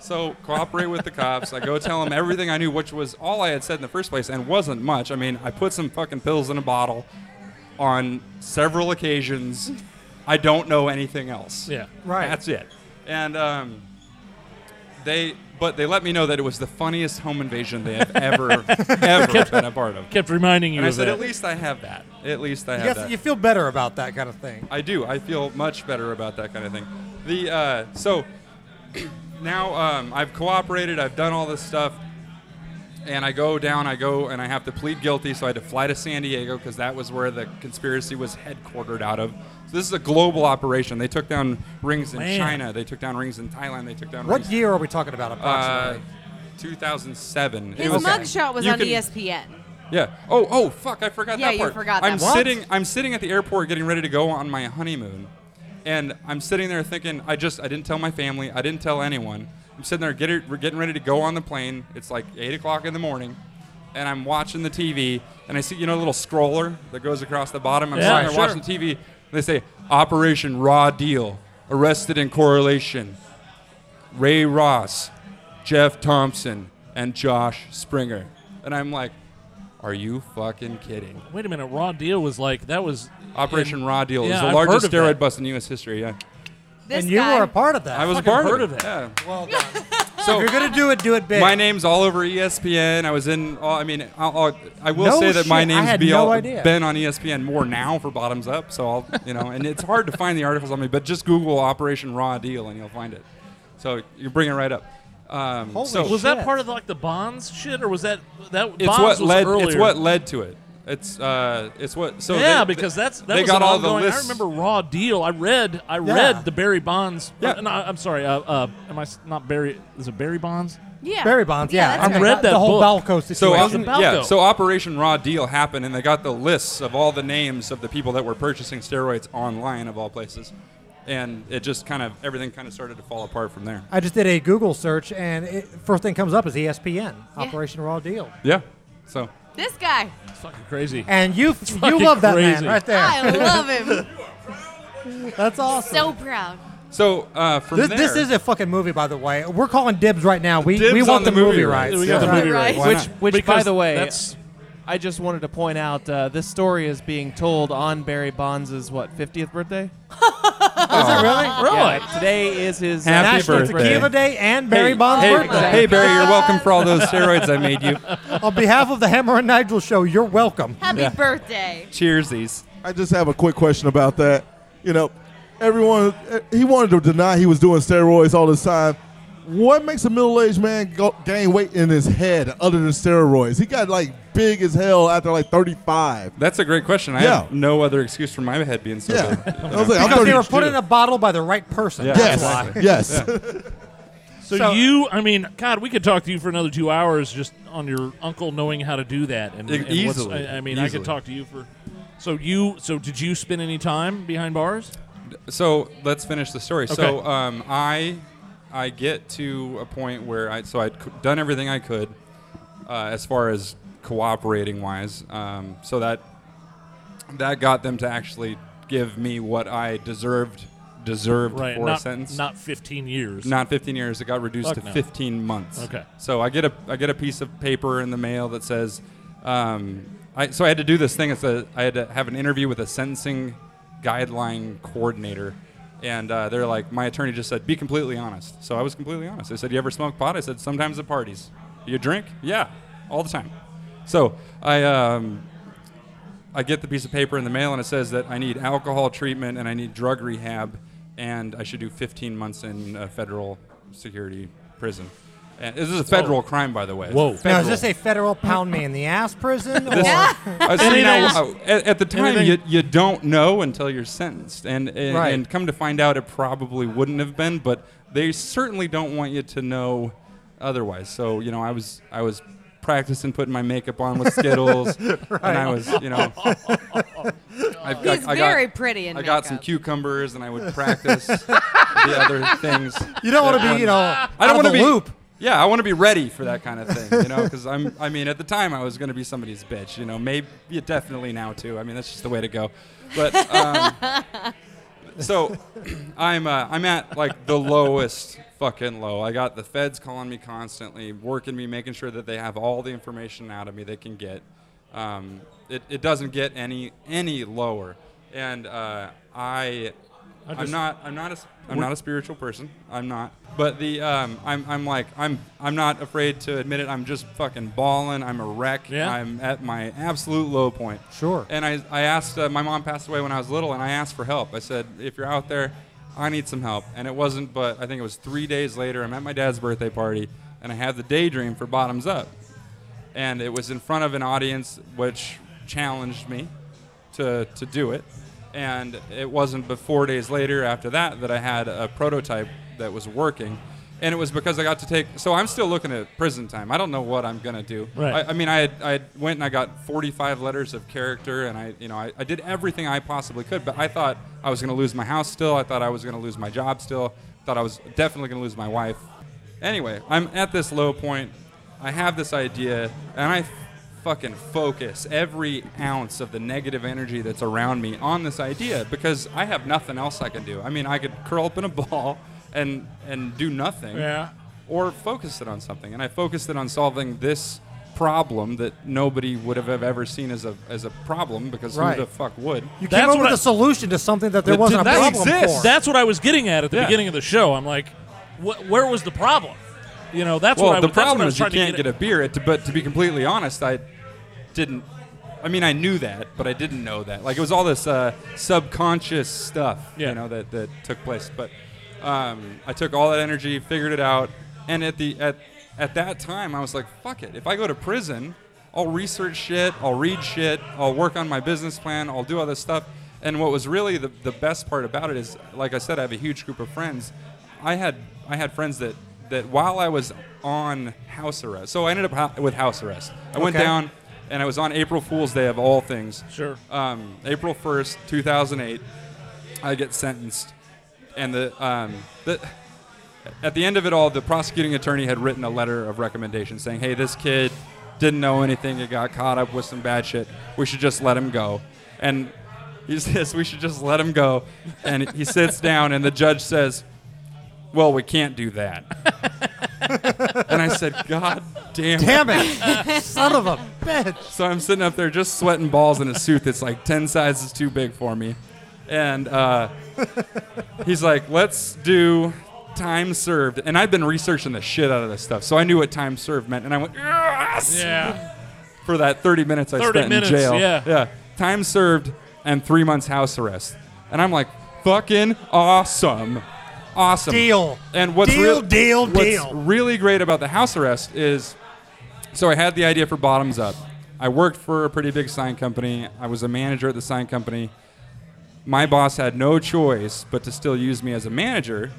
Speaker 5: So cooperate with the cops. I go tell him everything I knew, which was all I had said in the first place, and wasn't much. I mean, I put some fucking pills in a bottle on several occasions. I don't know anything else.
Speaker 3: Yeah.
Speaker 2: Right.
Speaker 5: That's it. And um, they, but they let me know that it was the funniest home invasion they have ever, ever been a part of.
Speaker 3: Kept reminding you
Speaker 5: And I
Speaker 3: of
Speaker 5: said,
Speaker 3: that.
Speaker 5: at least I have that. At least I
Speaker 2: You,
Speaker 5: have
Speaker 2: guess-
Speaker 5: that.
Speaker 2: you feel better about that kind of thing.
Speaker 5: I do. I feel much better about that kind of thing. The uh, so now um, I've cooperated. I've done all this stuff, and I go down. I go and I have to plead guilty. So I had to fly to San Diego because that was where the conspiracy was headquartered out of. So this is a global operation. They took down rings in
Speaker 3: Man.
Speaker 5: China. They took down rings in Thailand. They took down
Speaker 2: What
Speaker 5: rings.
Speaker 2: year are we talking about
Speaker 5: Uh,
Speaker 2: approximately?
Speaker 5: 2007. It
Speaker 4: His
Speaker 5: was-
Speaker 4: mugshot was
Speaker 5: You
Speaker 4: on E
Speaker 5: can-
Speaker 4: ESPN.
Speaker 5: yeah. Oh, oh, fuck! I forgot
Speaker 4: Yeah,
Speaker 5: that
Speaker 4: you
Speaker 5: part.
Speaker 4: forgot that
Speaker 5: I'm
Speaker 4: part.
Speaker 5: sitting. I'm sitting at the airport getting ready to go on my honeymoon, and I'm sitting there thinking, I just, I didn't tell my family. I didn't tell anyone. I'm sitting there get it, we're getting ready to go on the plane. It's like eight o'clock in the morning, and I'm watching the TV, and I see you know a little scroller that goes across the bottom. I'm
Speaker 3: Yeah,
Speaker 5: sitting there
Speaker 3: sure.
Speaker 5: watching the TV. And they say Operation Raw Deal, arrested in correlation, Ray Ross, Jeff Thompson, and Josh Springer, and I'm like. Are you fucking kidding?
Speaker 3: Wait a minute. Raw Deal was like that was
Speaker 5: Operation Raw Deal
Speaker 3: yeah,
Speaker 5: is the
Speaker 3: I've heard
Speaker 5: largest
Speaker 3: of that.
Speaker 5: steroid bust in U.S. history. Yeah,
Speaker 4: This
Speaker 2: and you
Speaker 4: guy,
Speaker 2: were a part of that.
Speaker 5: I was a
Speaker 3: fucking
Speaker 5: part
Speaker 3: heard
Speaker 5: of
Speaker 3: of
Speaker 5: it. Yeah.
Speaker 2: Well done. If
Speaker 5: So
Speaker 2: you're gonna do it, do it big.
Speaker 5: my name's all over E ESPN. I was in. All, I mean, I'll, I'll, I will
Speaker 2: No
Speaker 5: say that my
Speaker 2: shit, I
Speaker 5: name's
Speaker 2: had
Speaker 5: be
Speaker 2: no
Speaker 5: all,
Speaker 2: idea.
Speaker 5: been on E ESPN more now for Bottoms Up. So I'll, you know, and it's hard to find the articles on me, but just Google Operation Raw Deal and you'll find it. So you bring it right up. Um,
Speaker 2: Holy
Speaker 5: so
Speaker 3: Was
Speaker 2: Shit.
Speaker 3: that part of like the Bonds shit, or was that that
Speaker 5: it's
Speaker 3: Bonds
Speaker 5: what
Speaker 3: was
Speaker 5: led.
Speaker 3: earlier?
Speaker 5: It's what led to it. It's uh, it's what. So
Speaker 3: yeah,
Speaker 5: they-
Speaker 3: because that's that
Speaker 5: they
Speaker 3: was
Speaker 5: got
Speaker 3: an
Speaker 5: all
Speaker 3: ongoing.
Speaker 5: the
Speaker 3: I
Speaker 5: lists.
Speaker 3: remember Raw Deal. I read I
Speaker 2: Yeah.
Speaker 3: read the Barry Bonds.
Speaker 5: Yeah.
Speaker 3: uh, no, I'm sorry. Uh, uh, am I s- not Barry? Is it Barry Bonds?
Speaker 4: yeah.
Speaker 2: Barry Bonds. Yeah,
Speaker 4: that's
Speaker 2: I'm
Speaker 4: right.
Speaker 3: read
Speaker 2: the
Speaker 3: that
Speaker 2: whole
Speaker 3: book.
Speaker 2: Bell Coast
Speaker 5: So
Speaker 2: situation.
Speaker 3: Wasn't
Speaker 5: op- yeah,
Speaker 3: Balco.
Speaker 5: so Operation Raw Deal happened, and they got the lists of all the names of the people that were purchasing steroids online, of all places, and it just kind of everything kind of started to fall apart from there.
Speaker 2: I just did a Google search, and it, first thing comes up is E ESPN, Operation Raw Deal,
Speaker 5: Yeah, so
Speaker 4: This guy.
Speaker 3: It's fucking crazy.
Speaker 2: and you you
Speaker 3: fucking
Speaker 2: love that man
Speaker 3: crazy.
Speaker 2: right there.
Speaker 4: I love him.
Speaker 2: That's awesome.
Speaker 4: so proud.
Speaker 5: so uh, from
Speaker 2: this,
Speaker 5: there,
Speaker 2: this is a fucking movie, by the way. We're calling dibs right now. We
Speaker 5: Dibs
Speaker 2: we
Speaker 5: on
Speaker 2: want
Speaker 5: the
Speaker 2: the, movie,
Speaker 5: movie
Speaker 2: rights.
Speaker 5: rights.
Speaker 3: We got the
Speaker 2: Right.
Speaker 3: movie
Speaker 4: Right.
Speaker 3: rights.
Speaker 5: Why
Speaker 6: Which,
Speaker 5: not?
Speaker 6: which by
Speaker 3: Because
Speaker 6: the way,
Speaker 3: that's-
Speaker 6: I just wanted to point out uh, this story is being told on Barry Bonds' what 50th birthday.
Speaker 2: Really?
Speaker 6: Yeah, today is his uh,
Speaker 5: Happy
Speaker 2: National
Speaker 5: birthday.
Speaker 2: Tequila Day and Barry
Speaker 5: hey,
Speaker 2: Bonds'
Speaker 5: hey,
Speaker 2: birthday.
Speaker 5: Hey Barry, you're welcome for all those steroids I made you.
Speaker 2: On behalf of the Hammer and Nigel show, you're welcome.
Speaker 4: Happy
Speaker 5: Yeah.
Speaker 4: birthday.
Speaker 5: Cheers, these.
Speaker 7: I just have a quick question about that. You know, everyone eh, he wanted to deny he was doing steroids all this time. What makes a middle-aged man go, gain weight in his head other than steroids? He got like big as hell after like 35.
Speaker 5: That's a great question. I
Speaker 7: Yeah.
Speaker 5: have no other excuse for my head being so
Speaker 7: Yeah,
Speaker 5: big.
Speaker 7: I was like, I'm
Speaker 2: Because they
Speaker 7: 30
Speaker 2: were put in a bottle by the right person.
Speaker 5: Yeah.
Speaker 2: That's
Speaker 7: Yes,
Speaker 2: why.
Speaker 7: yes.
Speaker 3: So,
Speaker 2: So-
Speaker 3: you, I mean, God, we could talk to you for another two hours just on your uncle knowing how to do that, and,
Speaker 5: E-
Speaker 3: and what's-
Speaker 5: easily,
Speaker 3: I, I mean, I
Speaker 5: easily.
Speaker 3: could talk to you for. So you, so did you spend any time behind bars?
Speaker 5: so let's finish the story. So
Speaker 3: Okay.
Speaker 5: um, I I get to a point where I so I'd c- done everything I could uh, as far as cooperating wise. Um, so that that got them to actually give me what I deserved deserved
Speaker 3: Right,
Speaker 5: for
Speaker 3: not
Speaker 5: a sentence.
Speaker 3: not 15 years.
Speaker 5: Not 15 years. It got reduced
Speaker 3: Fuck
Speaker 5: to
Speaker 3: no.
Speaker 5: 15 months.
Speaker 3: Okay.
Speaker 5: So I get a I get a piece of paper in the mail that says, um, I, so I had to do this thing. It's a I had to have an interview with a sentencing guideline coordinator, and uh, they're like, my attorney just said, be completely honest. So I was completely honest. They said, you ever smoke pot? I said, sometimes at parties. You drink? Yeah, all the time. So I um, I get the piece of paper in the mail and it says that I need alcohol treatment and I need drug rehab and I should do 15 months in a federal security prison. And this is a federal crime, by the way.
Speaker 3: Whoa.
Speaker 2: Now,
Speaker 5: Federal.
Speaker 2: is this a federal pound me in the ass prison? Or,
Speaker 5: This- I was saying,
Speaker 3: Anything-
Speaker 5: now, uh, at, at the time,
Speaker 3: anything-
Speaker 5: you, you don't know until you're sentenced, and and,
Speaker 2: Right.
Speaker 5: and come to find out, it probably wouldn't have been. But they certainly don't want you to know otherwise. So you know, I was I was practicing putting my makeup on with Skittles, and I was you know, I, I-
Speaker 4: He's
Speaker 5: I
Speaker 4: very
Speaker 5: got,
Speaker 4: pretty in
Speaker 5: I got some
Speaker 4: makeup.
Speaker 5: cucumbers, and I would practice the other things.
Speaker 2: you don't want
Speaker 5: that
Speaker 2: to be, you
Speaker 5: one-
Speaker 2: know,
Speaker 5: I
Speaker 2: out
Speaker 5: don't
Speaker 2: of
Speaker 5: want to
Speaker 2: the
Speaker 5: be
Speaker 2: loop.
Speaker 5: Yeah, I want to be ready for that kind of thing, you know, because I'm. I mean, at the time, I was going to be somebody's bitch, you know. Maybe yeah, definitely now too. I mean, that's just the way to go. But um, so, I'm uh, I'm at like the lowest fucking low. I got the feds calling me constantly, working me, making sure that they have all the information out of me they can get. Um, it it doesn't get any any lower, and uh, I I'm
Speaker 3: just-
Speaker 5: not. I'm not a. s- I'm not a spiritual person. I'm not. But the. Um. I'm. I'm like. I'm. I'm not afraid to admit it. I'm just fucking balling. I'm a wreck.
Speaker 3: Yeah.
Speaker 5: I'm at my absolute low point.
Speaker 2: Sure.
Speaker 5: And I. I asked. Uh, my mom passed away when I was little, and I asked for help. I said, if you're out there, I need some help. And it wasn't. But I think it was three days later. I'm at my dad's birthday party, and I had the daydream for Bottoms Up, and it was in front of an audience which challenged me to, to do it. And it wasn't but four days later after that that I had a prototype that was working. And it was because I got to take. So I'm still looking at prison time. I don't know what I'm gonna do.
Speaker 3: Right.
Speaker 5: I, I mean, I had, I had went and I got 45 letters of character, and I you know I, I did everything I possibly could. But I thought I was gonna lose my house still. I thought I was gonna lose my job still. Thought I was definitely gonna lose my wife. Anyway, I'm at this low point. I have this idea, and I fucking focus every ounce of the negative energy that's around me on this idea because I have nothing else I can do. I mean, I could curl up in a ball and and do nothing,
Speaker 3: Yeah.
Speaker 5: or focus it on something. And I focused it on solving this problem that nobody would have ever seen as a as a problem because
Speaker 2: Right.
Speaker 5: who the fuck would?
Speaker 2: You
Speaker 3: That's
Speaker 2: came up
Speaker 3: what
Speaker 2: with
Speaker 3: I-
Speaker 2: a solution to something that there
Speaker 5: That
Speaker 2: wasn't a
Speaker 5: didn't
Speaker 2: problem
Speaker 5: exist.
Speaker 2: for.
Speaker 3: That's what I was getting at at the
Speaker 5: Yeah.
Speaker 3: beginning of the show. I'm like, wh- where was the problem? You know, that's
Speaker 5: well,
Speaker 3: what I
Speaker 5: the
Speaker 3: was, that's what I
Speaker 5: problem
Speaker 3: was
Speaker 5: is you
Speaker 3: trying
Speaker 5: can't
Speaker 3: to
Speaker 5: get,
Speaker 3: get
Speaker 5: a beer. It, but to be completely honest, I didn't. I mean, I knew that, but I didn't know that. Like it was all this uh, subconscious stuff,
Speaker 3: Yeah.
Speaker 5: you know, that, that took place. But um, I took all that energy, figured it out, and at the at at that time, I was like, "Fuck it! If I go to prison, I'll research shit, I'll read shit, I'll work on my business plan, I'll do all this stuff." And what was really the, the best part about it is, like I said, I have a huge group of friends. I had I had friends that that while I was on house arrest, so I ended up hou- with house arrest. I went
Speaker 2: Okay.
Speaker 5: down and I was on April Fool's Day of all things.
Speaker 3: Sure.
Speaker 5: Um, April first, two thousand eight, I get sentenced, and the um, the. At the end of it all, the prosecuting attorney had written a letter of recommendation saying, "Hey, this kid didn't know anything. He got caught up with some bad shit. We should just let him go." And he says, "We should just let him go." And he sits down, and the judge says, "Well, we can't do that." and I said, "God damn it!"
Speaker 2: Damn it. Son of a bitch.
Speaker 5: So I'm sitting up there just sweating balls in a suit that's like 10 sizes too big for me. And uh, he's like, let's do time served. And I've been researching the shit out of this stuff. So I knew what time served meant. And I went, yes!
Speaker 3: at. Yeah.
Speaker 5: For that 30 minutes I
Speaker 3: 30
Speaker 5: spent
Speaker 3: minutes,
Speaker 5: in jail.
Speaker 3: yeah.
Speaker 5: yeah. Time served and three months house arrest. And I'm like, fucking awesome. Awesome.
Speaker 2: Deal.
Speaker 5: And what's
Speaker 2: Deal,
Speaker 5: real-
Speaker 2: deal,
Speaker 5: what's
Speaker 2: deal.
Speaker 5: really great about the house arrest is so I had the idea for Bottoms Up. I worked for a pretty big sign company. I was a manager at the sign company. My boss had no choice but to still use me as a manager,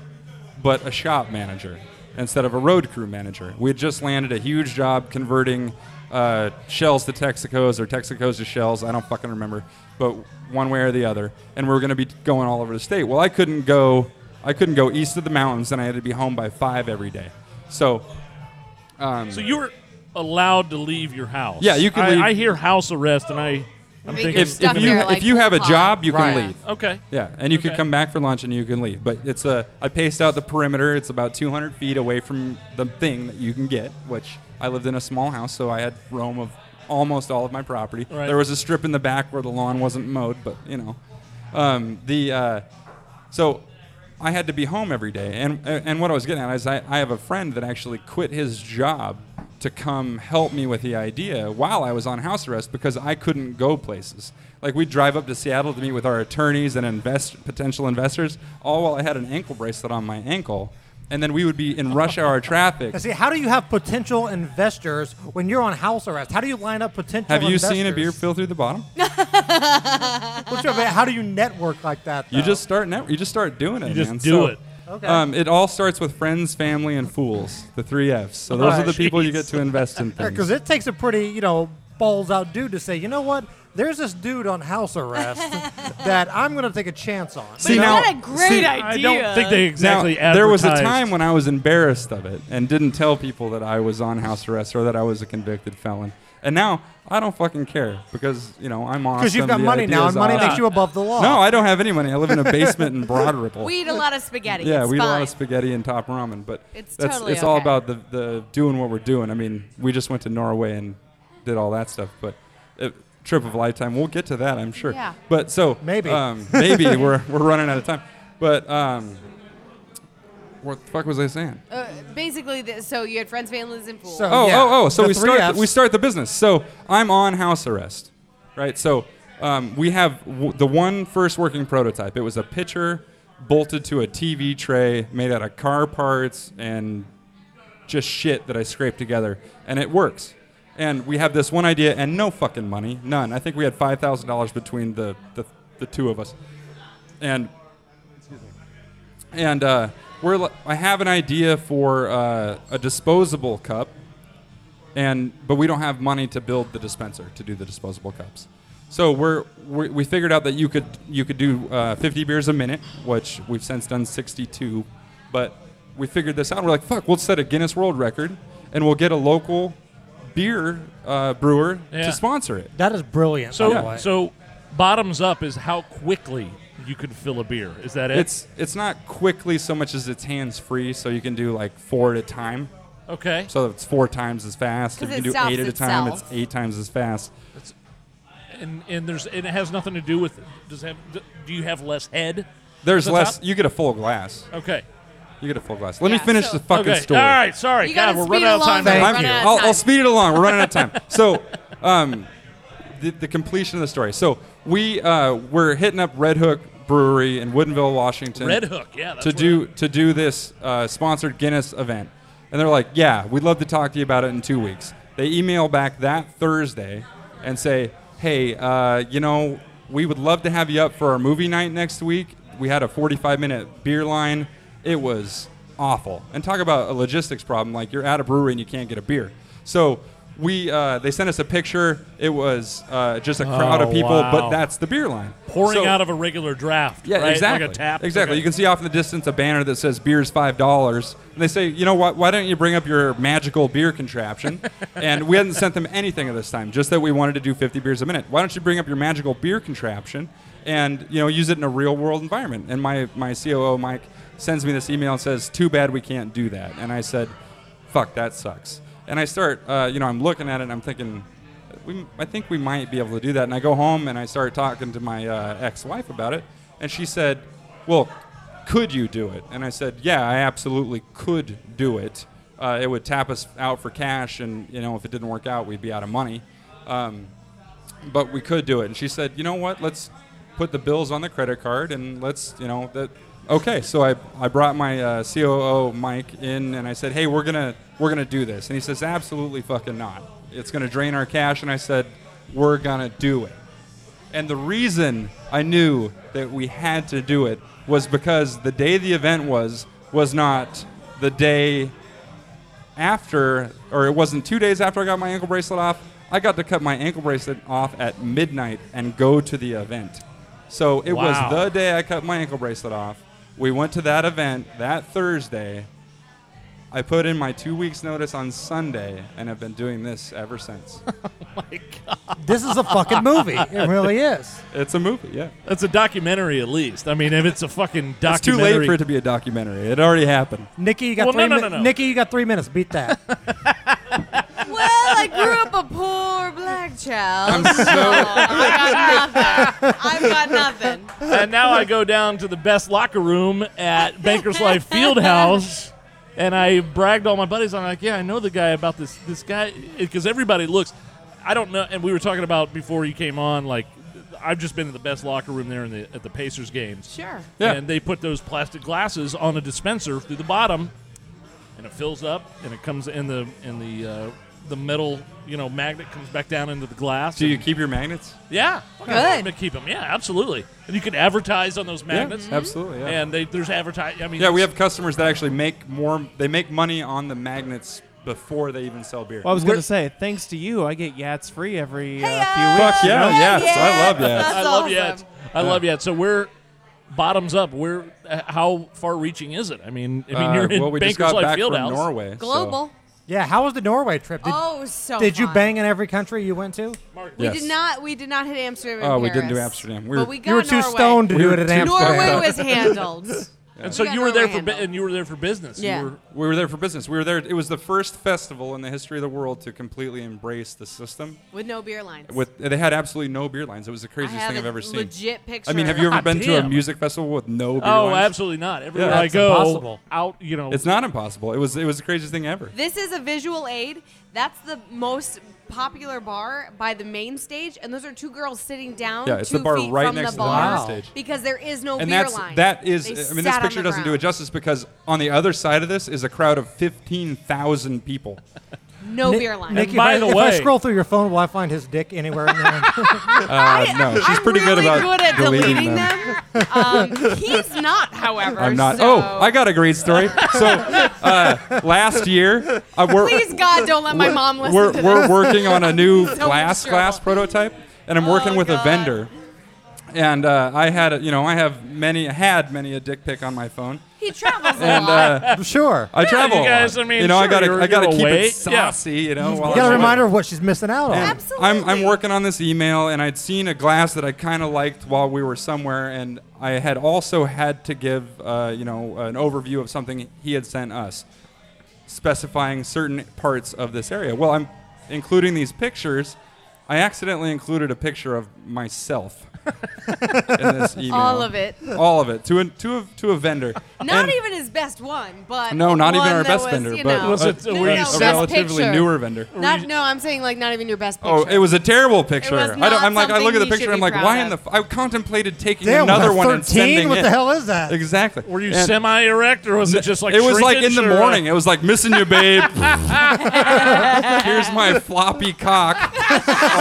Speaker 5: but a shop manager instead of a road crew manager. We had just landed a huge job converting uh, shells to Texacos or Texacos to shells. I don't fucking remember, but one way or the other. And we were going to be going all over the state. Well, I couldn't go. I couldn't go east of the mountains, and I had to be home by five every day. So
Speaker 3: So you were allowed to leave your house.
Speaker 5: Yeah, you can
Speaker 3: I,
Speaker 5: leave-
Speaker 3: I hear house arrest, and I, I'm
Speaker 4: Maybe
Speaker 3: thinking,
Speaker 4: you're
Speaker 5: if,
Speaker 4: stuck
Speaker 5: if you
Speaker 4: there like
Speaker 5: if you have a
Speaker 4: hot.
Speaker 5: job, you
Speaker 2: Right.
Speaker 5: can leave.
Speaker 3: okay,
Speaker 5: Yeah, and you can
Speaker 3: Okay.
Speaker 5: come back for lunch and you can leave. But it's a I paced out the perimeter. It's about 200 feet away from the thing that you can get. Which I lived in a small house, so I had roam of almost all of my property.
Speaker 3: Right.
Speaker 5: There was a strip in the back where the lawn wasn't mowed, but you know, um, the uh, so I had to be home every day. And and what I was getting at is I, I have a friend that actually quit his job to come help me with the idea while I was on house arrest because I couldn't go places. Like we'd drive up to Seattle to meet with our attorneys and invest potential investors, all while I had an ankle bracelet on my ankle. and then we would be in rush hour traffic.
Speaker 2: Now, see, how do you have potential investors when you're on house arrest? How do you line up potential
Speaker 5: Have you
Speaker 2: investors?
Speaker 5: seen a beer fill through the bottom?
Speaker 2: Well, sure, but how do you network like that?
Speaker 5: You
Speaker 2: though?
Speaker 5: just start net- you just start doing it.
Speaker 3: You just
Speaker 5: man.
Speaker 3: do
Speaker 5: So,
Speaker 3: it.
Speaker 2: Okay.
Speaker 5: Um, it all starts with friends, family, and fools. The three F's. So those are the people you get to invest in things.
Speaker 2: Because it takes a pretty, you know, balls out dude to say, you know what? There's this dude on house arrest that I'm going to take a chance on.
Speaker 5: See now,
Speaker 4: what a great
Speaker 5: see,
Speaker 4: idea.
Speaker 3: I don't think they exactly
Speaker 5: now, there was a
Speaker 3: advertised.
Speaker 5: time when I was embarrassed of it and didn't tell people that I was on house arrest or that I was a convicted felon. And now I don't fucking care because you know I'm awesome.
Speaker 2: Because you've got
Speaker 5: the
Speaker 2: money now,
Speaker 5: idea's
Speaker 2: and money
Speaker 5: awesome.
Speaker 2: makes you above the law.
Speaker 5: No, I don't have any money. I live in a basement in Broad Ripple.
Speaker 4: We eat a lot of spaghetti.
Speaker 5: yeah,
Speaker 4: it's
Speaker 5: we eat a lot
Speaker 4: fine.
Speaker 5: of spaghetti and top ramen, but
Speaker 4: It's
Speaker 5: that's
Speaker 4: totally
Speaker 5: it's all
Speaker 4: okay.
Speaker 5: about the, the doing what we're doing. I mean, we just went to Norway and did all that stuff, but it, trip of a lifetime. We'll get to that, I'm sure.
Speaker 4: Yeah.
Speaker 5: But so
Speaker 2: Maybe.
Speaker 5: um, maybe we're we're running out of time. But um, what the fuck was I saying?
Speaker 4: Uh, basically, th- so you had friends, families, and fools.
Speaker 2: So-
Speaker 5: Oh,
Speaker 2: Yeah.
Speaker 5: oh, oh! So
Speaker 2: The
Speaker 5: we
Speaker 2: three
Speaker 5: start
Speaker 2: Fs.
Speaker 5: we start the business. So I'm on house arrest, right? So um, we have w- the one first working prototype. It was a pitcher bolted to a TV tray made out of car parts and just shit that I scraped together, and it works. And we have this one idea and no fucking money, none. I think we had five thousand dollars between the, the the two of us, and and uh, we're li- I have an idea for uh, a disposable cup and but we don't have money to build the dispenser to do the disposable cups. So we're, we we figured out that you could you could do uh, 50 beers a minute, which we've since done 62, but we figured this out. We're like, fuck, we'll set a Guinness World Record, and we'll get a local beer uh, brewer
Speaker 3: Yeah.
Speaker 5: to sponsor it.
Speaker 2: That is brilliant.
Speaker 3: So,
Speaker 2: by the way.
Speaker 3: so bottoms up is how quickly you can fill a beer. Is that it?
Speaker 5: It's it's not quickly so much as it's hands free, so you can do like four at a time.
Speaker 3: okay.
Speaker 5: So it's four times as fast. If
Speaker 4: 'Cause
Speaker 5: you can
Speaker 4: it
Speaker 5: do
Speaker 4: stops
Speaker 5: eight at a time, it's
Speaker 4: itself.
Speaker 5: eight times as fast.
Speaker 3: and and there's and it has nothing to do with does have do you have less head?
Speaker 5: There's
Speaker 3: the
Speaker 5: less.
Speaker 3: top?
Speaker 5: You get a full glass.
Speaker 3: Okay.
Speaker 5: You get a full glass. Let me
Speaker 4: Yeah,
Speaker 5: finish
Speaker 4: so-
Speaker 5: the fucking
Speaker 3: okay.
Speaker 5: story.
Speaker 3: All right. Sorry.
Speaker 4: You
Speaker 3: God,
Speaker 4: gotta
Speaker 3: we're
Speaker 4: speed
Speaker 3: running out of
Speaker 4: along
Speaker 3: time.
Speaker 4: there.
Speaker 5: I'm
Speaker 4: Run
Speaker 5: here.
Speaker 4: out of
Speaker 5: I'll,
Speaker 4: time.
Speaker 5: I'll speed it along. We're running out of time. So, um, the, the completion of the story. So we uh, were hitting up Red Hook Brewery in Woodinville, Washington.
Speaker 3: Red Hook. Yeah. That's
Speaker 5: to
Speaker 3: what
Speaker 5: do to do this uh, sponsored Guinness event, and they're like, "Yeah, we'd love to talk to you about it in two weeks." They email back that Thursday and say, "Hey, uh, you know, we would love to have you up for our movie night next week. We had a 45-minute beer line. It was awful, and talk about a logistics problem. Like you're at a brewery and you can't get a beer. So." We uh, they sent us a picture. It was uh, just a crowd
Speaker 3: Oh,
Speaker 5: of people, but
Speaker 3: wow.
Speaker 5: that's the beer line.
Speaker 3: pouring
Speaker 5: So-
Speaker 3: out of a regular draft.
Speaker 5: yeah,
Speaker 3: right? Like a
Speaker 5: exactly.
Speaker 3: tap.
Speaker 5: Exactly.
Speaker 3: Okay.
Speaker 5: You can see off in the distance a banner that says "Beer's five dollars," and they say, "You know what? Why don't you bring up your magical beer contraption?" and we hadn't sent them anything at this time, just that we wanted to do 50 beers a minute. Why don't you bring up your magical beer contraption and you know use it in a real world environment? And my my COO Mike sends me this email and says, "Too bad we can't do that." And I said, "Fuck, that sucks." And I start, uh, you know, I'm looking at it and I'm thinking, we, I think we might be able to do that. And I go home and I start talking to my uh, ex-wife about it, and she said, "Well, could you do it?" And I said, "Yeah, I absolutely could do it. Uh, it would tap us out for cash, and you know, if it didn't work out, we'd be out of money. Um, but we could do it." And she said, "You know what? Let's put the bills on the credit card, and let's, you know, that." Okay, so I, I brought my uh, COO Mike in and I said, "Hey, we're gonna we're gonna do this," and he says, "Absolutely fucking not. It's gonna drain our cash." And I said, "We're gonna do it." And the reason I knew that we had to do it was because the day the event was was not the day after, or it wasn't two days after I got my ankle bracelet off. I got to cut my ankle bracelet off at midnight and go to the event. So it
Speaker 3: Wow.
Speaker 5: was the day I cut my ankle bracelet off. We went to that event that Thursday. I put in my two weeks' notice on Sunday and have been doing this ever since.
Speaker 2: this is a fucking movie. It really is.
Speaker 5: it's a movie, yeah.
Speaker 3: That's a documentary, at least. I mean, if it's a fucking
Speaker 5: It's too
Speaker 3: documentary,
Speaker 5: late for it to be a documentary. It already happened.
Speaker 2: Nikki, you got
Speaker 3: Well, no,
Speaker 2: three.
Speaker 3: no,
Speaker 2: min-
Speaker 3: no, no.
Speaker 2: Nikki, you got three minutes. Beat that.
Speaker 4: Well, I grew up a poor black
Speaker 5: I'm
Speaker 4: child. Oh,
Speaker 5: so
Speaker 4: I got nothing. I've got nothing.
Speaker 3: and now I go down to the best locker room at Bankers Life Fieldhouse, and I bragged all my buddies. I'm like, yeah, I know the guy about this this guy because everybody looks. I don't know, and we were talking about before you came on, like I've just been in the best locker room there in the, at the Pacers games.
Speaker 4: Sure.
Speaker 5: Yeah.
Speaker 3: And they put those plastic glasses on a dispenser through the bottom, and it fills up, and it comes in the in the uh, the metal you know magnet comes back down into the glass.
Speaker 5: Do you
Speaker 3: and-
Speaker 5: keep your magnets?
Speaker 3: yeah, fucking
Speaker 8: Good.
Speaker 3: let me Keep them. Yeah, absolutely. And you can advertise on those
Speaker 4: Mm-hmm.
Speaker 3: magnets.
Speaker 5: absolutely, yeah.
Speaker 3: And they, there's advertise. I mean,
Speaker 5: Yeah, we have customers that actually make more. They make money on the magnets before they even sell beer.
Speaker 6: Well, I was going to say, thanks to you, I get Yats free every uh, few
Speaker 8: Hey-ya!
Speaker 6: weeks.
Speaker 5: Fuck yeah,
Speaker 8: Yes,
Speaker 5: yes, I
Speaker 8: yes.
Speaker 5: love that.
Speaker 3: I
Speaker 4: That's
Speaker 3: love
Speaker 4: awesome.
Speaker 3: yet. I love yet. So we're bottoms up. We're uh, how far reaching is it? I mean, I mean,
Speaker 5: Uh,
Speaker 3: you're in
Speaker 5: well, we
Speaker 3: Bankers
Speaker 5: just got
Speaker 3: Life
Speaker 5: back from
Speaker 3: Fieldhouse.
Speaker 5: Norway. so-
Speaker 4: Global.
Speaker 2: Yeah, how was the Norway trip? Did,
Speaker 8: oh, so
Speaker 2: did you
Speaker 8: fun.
Speaker 2: bang in every country you went to?
Speaker 4: We
Speaker 5: Yes.
Speaker 4: did not. We did not hit Amsterdam. and
Speaker 5: Oh, we didn't do
Speaker 4: Paris.
Speaker 5: Amsterdam. We were-
Speaker 4: but we got
Speaker 2: You were too
Speaker 4: Norway.
Speaker 2: stoned to
Speaker 5: We
Speaker 2: do
Speaker 5: were
Speaker 2: it at
Speaker 5: too
Speaker 2: Amsterdam.
Speaker 4: Norway was handled.
Speaker 3: And so
Speaker 4: We got
Speaker 3: you were there for
Speaker 4: Norway
Speaker 3: bu-
Speaker 4: handled.
Speaker 3: and you were there for business.
Speaker 4: Yeah.
Speaker 3: You were,
Speaker 5: We were there for business. We were there. It was the first festival in the history of the world to completely embrace the system.
Speaker 4: with no beer lines.
Speaker 5: With they had absolutely no beer lines. It was the
Speaker 4: I
Speaker 5: craziest
Speaker 4: have
Speaker 5: thing
Speaker 4: a
Speaker 5: I've ever seen.
Speaker 4: Legit picture.
Speaker 5: I mean, have you ever
Speaker 3: Ah,
Speaker 5: been to a
Speaker 3: damn.
Speaker 5: music festival with no beer
Speaker 3: oh,
Speaker 5: lines?
Speaker 3: absolutely not. Everywhere
Speaker 5: Yeah.
Speaker 3: I
Speaker 5: That's
Speaker 3: go,
Speaker 2: impossible.
Speaker 3: out. You know,
Speaker 5: It's not impossible. It was it was the craziest thing ever.
Speaker 4: This is a visual aid. That's the most popular bar by the main stage, and those are two girls sitting down.
Speaker 5: Yeah, it's
Speaker 4: two
Speaker 5: the bar
Speaker 4: feet
Speaker 5: right
Speaker 4: from
Speaker 5: next
Speaker 4: the
Speaker 5: to the
Speaker 4: bar
Speaker 5: main stage.
Speaker 4: because there is no
Speaker 5: and
Speaker 4: beer
Speaker 5: that's
Speaker 4: line.
Speaker 5: that is.
Speaker 4: They
Speaker 5: I mean,
Speaker 4: sat
Speaker 5: this
Speaker 4: on
Speaker 5: picture
Speaker 4: the
Speaker 5: doesn't do it
Speaker 4: ground.
Speaker 5: justice because on the other side of this is a crowd of fifteen thousand people.
Speaker 4: No
Speaker 2: Ni-
Speaker 4: beer line.
Speaker 2: Nikki, if
Speaker 3: by
Speaker 2: I,
Speaker 3: the
Speaker 2: if I
Speaker 3: way-
Speaker 2: scroll through your phone, will I find his dick anywhere? in there?
Speaker 5: Uh, no, she's
Speaker 4: I'm
Speaker 5: pretty
Speaker 4: really
Speaker 5: good about
Speaker 4: at deleting,
Speaker 5: deleting
Speaker 4: them. um, he's not, however.
Speaker 5: I'm not.
Speaker 4: so-
Speaker 5: Oh, I got a great story. So uh, last year, uh, we're,
Speaker 4: Please God, don't let my mom listen
Speaker 5: we're,
Speaker 4: to
Speaker 5: we're
Speaker 4: this.
Speaker 5: working on a new
Speaker 4: So much
Speaker 5: glass
Speaker 4: trouble.
Speaker 5: glass prototype, and I'm working
Speaker 4: Oh,
Speaker 5: with a
Speaker 4: God.
Speaker 5: vendor. And uh, I had, a, you know, I have many, had many a dick pic on my phone,
Speaker 4: He travels a
Speaker 5: and
Speaker 4: lot.
Speaker 5: uh,
Speaker 2: sure.
Speaker 5: I travel. a lot.
Speaker 3: guys, I mean,
Speaker 5: you know, I
Speaker 3: sure,
Speaker 5: gotta,
Speaker 3: you're-
Speaker 5: I gotta
Speaker 3: you're
Speaker 5: keep
Speaker 3: awake.
Speaker 5: it saucy, you know. while
Speaker 2: You got to
Speaker 5: I'm
Speaker 2: remind her of what she's missing out on.
Speaker 4: Abs-
Speaker 5: I'm, I'm
Speaker 4: Absolutely.
Speaker 5: working on this email, and I'd seen a glass that I kind of liked while we were somewhere, and I had also had to give, uh, you know, an overview of something he had sent us, specifying certain parts of this area. Well, I'm including these pictures. I accidentally included a picture of myself in this email.
Speaker 4: All of it.
Speaker 5: All of it to a to a, to a vendor.
Speaker 4: Not
Speaker 5: And-
Speaker 4: even his best one, but
Speaker 5: No, not even
Speaker 4: one
Speaker 5: our
Speaker 4: that
Speaker 5: best
Speaker 4: was,
Speaker 5: vendor,
Speaker 4: you
Speaker 5: but
Speaker 4: know,
Speaker 3: Was it-
Speaker 5: a,
Speaker 3: were
Speaker 5: a-
Speaker 3: you
Speaker 5: a
Speaker 3: best
Speaker 5: relatively
Speaker 4: picture?
Speaker 5: newer vendor.
Speaker 4: Not, no, I'm saying like not even your best picture.
Speaker 5: Oh, it was a terrible picture.
Speaker 4: was
Speaker 5: I don't,
Speaker 4: not
Speaker 5: I'm like, I look at the
Speaker 4: something you should
Speaker 5: picture. I'm
Speaker 4: be
Speaker 5: like,
Speaker 4: proud
Speaker 5: why
Speaker 4: of.
Speaker 5: in the? F- I contemplated taking
Speaker 2: Damn,
Speaker 5: another
Speaker 2: we're
Speaker 5: one and
Speaker 2: 13?
Speaker 5: sending
Speaker 2: What
Speaker 5: it.
Speaker 2: the hell is that?
Speaker 5: Exactly.
Speaker 3: were you
Speaker 5: And
Speaker 3: semi erect or was it just like
Speaker 5: It was like in
Speaker 3: shrinkage
Speaker 5: the
Speaker 3: or, uh,
Speaker 5: morning. It was like missing you, babe. Here's my floppy cock.
Speaker 6: It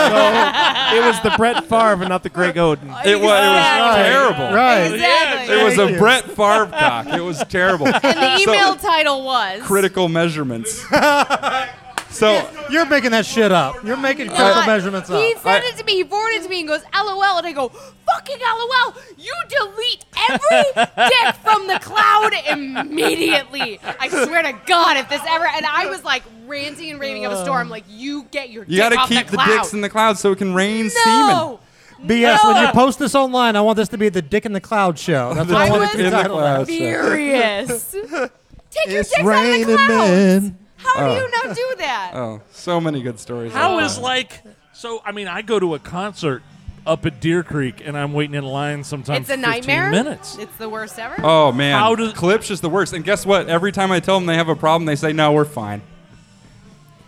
Speaker 6: was
Speaker 4: uh,
Speaker 6: the Brett Favre, not the Greg Oden.
Speaker 5: It was, it was
Speaker 4: Exactly.
Speaker 5: terrible.
Speaker 2: Right.
Speaker 4: Exactly.
Speaker 5: It was
Speaker 2: Thank
Speaker 5: a
Speaker 2: you.
Speaker 5: Brett Favre cock. It was terrible.
Speaker 4: and the
Speaker 5: So-
Speaker 4: email title was
Speaker 5: critical measurements. So
Speaker 2: You're making that shit up. You're making
Speaker 4: Not-
Speaker 2: critical measurements up.
Speaker 4: He sent
Speaker 5: I-
Speaker 4: it to me. He forwarded it to me and goes, "LOL," and I go, "Fucking LOL! You delete every dick from the cloud immediately." I swear to God, if this ever and I was like ranting and raving of a storm, like you get your
Speaker 5: you
Speaker 4: dick
Speaker 5: got to
Speaker 4: off
Speaker 5: keep
Speaker 4: the,
Speaker 5: the,
Speaker 4: cloud.
Speaker 5: dicks in the clouds so it can rain semen.
Speaker 4: no.
Speaker 2: BS. When you
Speaker 4: No.
Speaker 2: post this online, I want this to be the Dick in the Cloud show. That's what
Speaker 4: I
Speaker 2: I want
Speaker 4: was
Speaker 2: it to be titled.
Speaker 5: clouds.
Speaker 4: furious. Take your
Speaker 7: It's
Speaker 4: dicks out of the
Speaker 7: raining
Speaker 4: clouds.
Speaker 7: men.
Speaker 4: How do you not do that?
Speaker 5: Oh, so many good stories.
Speaker 3: How
Speaker 5: like
Speaker 3: is
Speaker 5: that.
Speaker 3: like so? I mean, I go to a concert up at Deer Creek, and I'm waiting in line sometimes.
Speaker 4: it's a
Speaker 3: for 15
Speaker 4: nightmare.
Speaker 3: Minutes.
Speaker 4: It's the worst ever.
Speaker 5: Oh man,
Speaker 3: How does-
Speaker 5: Clips is the worst. And guess what? Every time I tell them they have a problem, they say, "No, we're fine.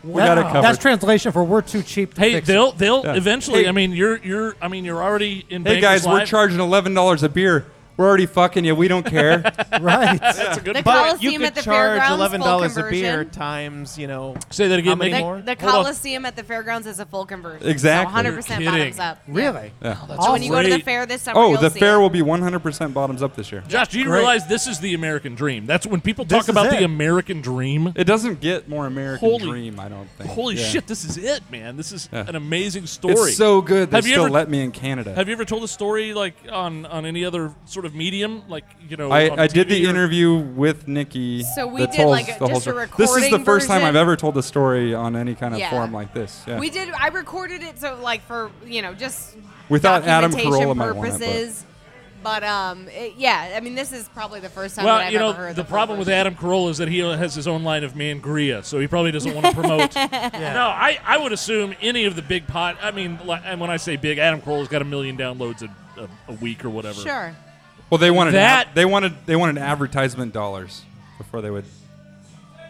Speaker 5: We got it covered."
Speaker 2: That's translation for we're too cheap to
Speaker 3: Hey,
Speaker 2: fix
Speaker 3: they'll they'll
Speaker 5: Yeah.
Speaker 3: eventually.
Speaker 5: Hey-
Speaker 3: I mean, you're you're. I mean, you're already in.
Speaker 5: hey
Speaker 3: Bankers
Speaker 5: guys, we're
Speaker 3: Life.
Speaker 5: charging eleven dollars a beer. We're already fucking you. We don't care.
Speaker 2: it. Right.
Speaker 3: That's a good
Speaker 4: The
Speaker 3: point.
Speaker 6: But you
Speaker 4: Coliseum
Speaker 6: could
Speaker 4: at the
Speaker 6: charge
Speaker 4: fairgrounds,
Speaker 6: eleven dollars
Speaker 4: full
Speaker 6: a beer
Speaker 4: conversion.
Speaker 6: times, you know.
Speaker 3: Say that again.
Speaker 6: How many
Speaker 3: Nate.
Speaker 6: more?
Speaker 4: The, the
Speaker 3: Hold on.
Speaker 4: Coliseum at the fairgrounds is a full conversion.
Speaker 5: Exactly.
Speaker 4: So 100%
Speaker 3: You're
Speaker 4: bottoms
Speaker 3: kidding.
Speaker 4: up.
Speaker 2: really?
Speaker 4: So when you go to the
Speaker 3: Great.
Speaker 4: fair this summer,
Speaker 5: oh,
Speaker 4: you'll
Speaker 5: the
Speaker 4: see
Speaker 5: fair
Speaker 4: it.
Speaker 5: will be one hundred percent bottoms up this year.
Speaker 3: Josh, do you
Speaker 2: Great.
Speaker 3: realize this is the American dream? That's when people talk
Speaker 2: This is
Speaker 3: about the
Speaker 2: it.
Speaker 3: American dream.
Speaker 5: It doesn't get more American
Speaker 3: Holy-
Speaker 5: dream. I don't think.
Speaker 3: Holy
Speaker 5: Yeah.
Speaker 3: shit, this is it, man. This is
Speaker 5: Yeah.
Speaker 3: an amazing story.
Speaker 5: It's so good. They
Speaker 3: Have you
Speaker 5: still
Speaker 3: ever-
Speaker 5: let me in Canada.
Speaker 3: Have you ever told a story like on on any other sort of medium? Like you know, on
Speaker 5: I, I did
Speaker 3: TV
Speaker 5: the
Speaker 3: or-
Speaker 5: interview with Nikki.
Speaker 4: So we
Speaker 5: that
Speaker 4: did,
Speaker 5: tells
Speaker 4: like,
Speaker 5: the
Speaker 4: a-
Speaker 5: whole
Speaker 4: just a
Speaker 5: story. This is the
Speaker 4: recording
Speaker 5: first time
Speaker 4: version.
Speaker 5: I've ever told a story on any kind of
Speaker 4: Yeah.
Speaker 5: form like this. Yeah.
Speaker 4: We did. I recorded it so like for you know just
Speaker 5: We thought Adam
Speaker 4: documentation
Speaker 5: Carolla might want it, but-
Speaker 4: purposes. but. um, it- yeah. I mean, this is probably the first time. that
Speaker 3: Well,
Speaker 4: I've
Speaker 3: you know,
Speaker 4: ever heard
Speaker 3: the
Speaker 4: full
Speaker 3: problem with
Speaker 4: version.
Speaker 3: Adam Carolla is that he has his own line of mangria, so he probably doesn't want to promote. No, I, I would assume any of the big pot. I mean, like, and when I say big, Adam Carolla's got a million downloads a, a, a week or whatever.
Speaker 4: Sure.
Speaker 5: Well, they wanted
Speaker 3: That-
Speaker 5: ad- they wanted they wanted advertisement dollars before they would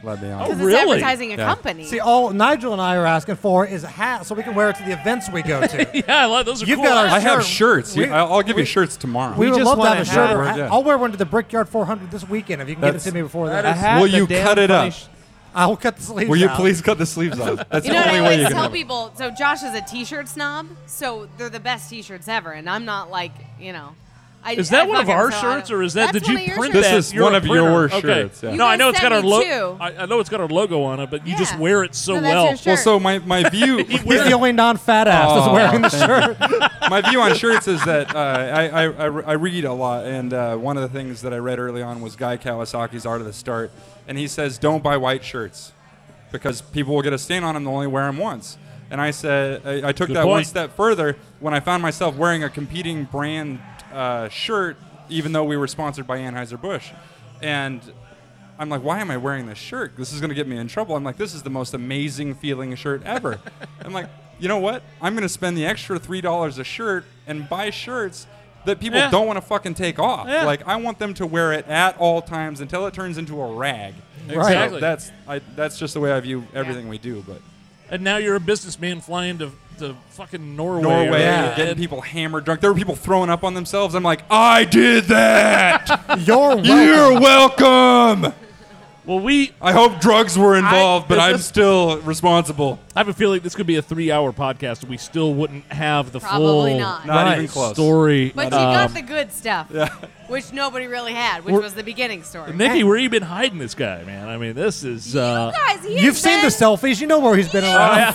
Speaker 5: Let me
Speaker 3: Oh,
Speaker 5: on.
Speaker 4: Because
Speaker 3: really?
Speaker 4: it's advertising a
Speaker 5: Yeah.
Speaker 4: company.
Speaker 2: See, all Nigel and I are asking for is a hat so we can wear it to the events we go to.
Speaker 3: Yeah, I love those. Are
Speaker 2: You've
Speaker 3: cool.
Speaker 2: got our-
Speaker 5: I have
Speaker 2: Sure.
Speaker 5: shirts.
Speaker 2: We-
Speaker 5: You- I'll I'll give you shirts tomorrow.
Speaker 2: We,
Speaker 6: We
Speaker 2: would
Speaker 6: just
Speaker 2: love to
Speaker 6: want
Speaker 2: have a
Speaker 6: a
Speaker 2: shirt.
Speaker 6: hat.
Speaker 2: Or a hat.
Speaker 5: Yeah.
Speaker 2: I'll wear one to the Brickyard 400 this weekend if you can
Speaker 5: That's-
Speaker 2: get it to me before that.
Speaker 6: A hat,
Speaker 5: Will
Speaker 6: the
Speaker 5: you
Speaker 6: damn
Speaker 5: cut it up?
Speaker 6: funny sh-
Speaker 2: I'll cut the sleeves
Speaker 5: Will you
Speaker 2: out.
Speaker 5: please cut the sleeves off? That's
Speaker 4: you know
Speaker 5: the
Speaker 4: what I
Speaker 5: only way you
Speaker 4: always
Speaker 5: can.
Speaker 4: tell
Speaker 5: have it.
Speaker 4: people? So Josh is a t-shirt snob, so they're the best t-shirts ever, and I'm not like, you know. I,
Speaker 3: Is that
Speaker 4: I
Speaker 3: one of
Speaker 4: fucking
Speaker 3: our
Speaker 4: saw
Speaker 3: shirts,
Speaker 4: it.
Speaker 3: or is that?
Speaker 4: That's
Speaker 3: did you
Speaker 4: one of your
Speaker 3: print
Speaker 4: shirts.
Speaker 5: This
Speaker 3: that?
Speaker 5: is
Speaker 3: You're
Speaker 5: one
Speaker 3: a
Speaker 5: of your
Speaker 3: printer.
Speaker 5: shirts, yeah.
Speaker 3: Okay.
Speaker 5: You
Speaker 3: No, I
Speaker 4: guys
Speaker 3: know it's got
Speaker 4: sent
Speaker 3: our
Speaker 4: me
Speaker 3: logo.
Speaker 4: two.
Speaker 3: I, I know it's got our logo on it, but you just
Speaker 4: Yeah.
Speaker 3: wear it so
Speaker 4: No, that's
Speaker 3: well.
Speaker 4: your shirt.
Speaker 5: Well, so my, my view
Speaker 2: He's the only non-fat ass that's
Speaker 5: Aw,
Speaker 2: wearing the shirt.
Speaker 5: my view on shirts is that uh, I, I, I, I read a lot, and uh, one of the things that I read early on was Guy Kawasaki's Art of the Start, and he says, "Don't buy white shirts because people will get a stain on them. They'll only wear them once." And I said, I, I took
Speaker 3: Good
Speaker 5: that one
Speaker 3: point.
Speaker 5: step further when I found myself wearing a competing brand uh, shirt, even though we were sponsored by Anheuser Busch, and. I'm like, why am I wearing this shirt? This is going to get me in trouble. I'm like, this is the most amazing feeling shirt ever. I'm like, you know what? I'm going to spend the extra $3 a shirt and buy shirts that people
Speaker 3: Yeah.
Speaker 5: don't want to fucking take off.
Speaker 3: Yeah.
Speaker 5: Like, I want them to wear it at all times until it turns into a rag.
Speaker 2: Right.
Speaker 5: So
Speaker 3: Exactly.
Speaker 5: that's, I, that's just the way I view everything we do. But
Speaker 3: and now you're a businessman flying to, to fucking Norway.
Speaker 5: Norway,
Speaker 3: or-
Speaker 2: Yeah.
Speaker 5: getting
Speaker 3: and-
Speaker 5: people hammered drunk. There were people throwing up on themselves. I'm like, I did that.
Speaker 2: You're welcome.
Speaker 5: You're welcome.
Speaker 3: Well, we.
Speaker 5: I hope drugs were involved, but
Speaker 3: is
Speaker 5: I'm
Speaker 3: this-
Speaker 5: still responsible.
Speaker 3: I have a feeling this could be a three-hour podcast. and We still wouldn't have the
Speaker 4: Probably
Speaker 3: full
Speaker 4: not.
Speaker 5: Not
Speaker 2: Right.
Speaker 5: even close.
Speaker 3: story. uh,
Speaker 4: But you got the good stuff, which nobody really had, which
Speaker 3: Um, We're-
Speaker 4: was the beginning story.
Speaker 3: Nikki, where you been hiding this guy, man? I mean, this is. Uh,
Speaker 4: Guys, he has
Speaker 2: You've seen the
Speaker 4: been-
Speaker 2: selfies. You know where he's been
Speaker 4: I've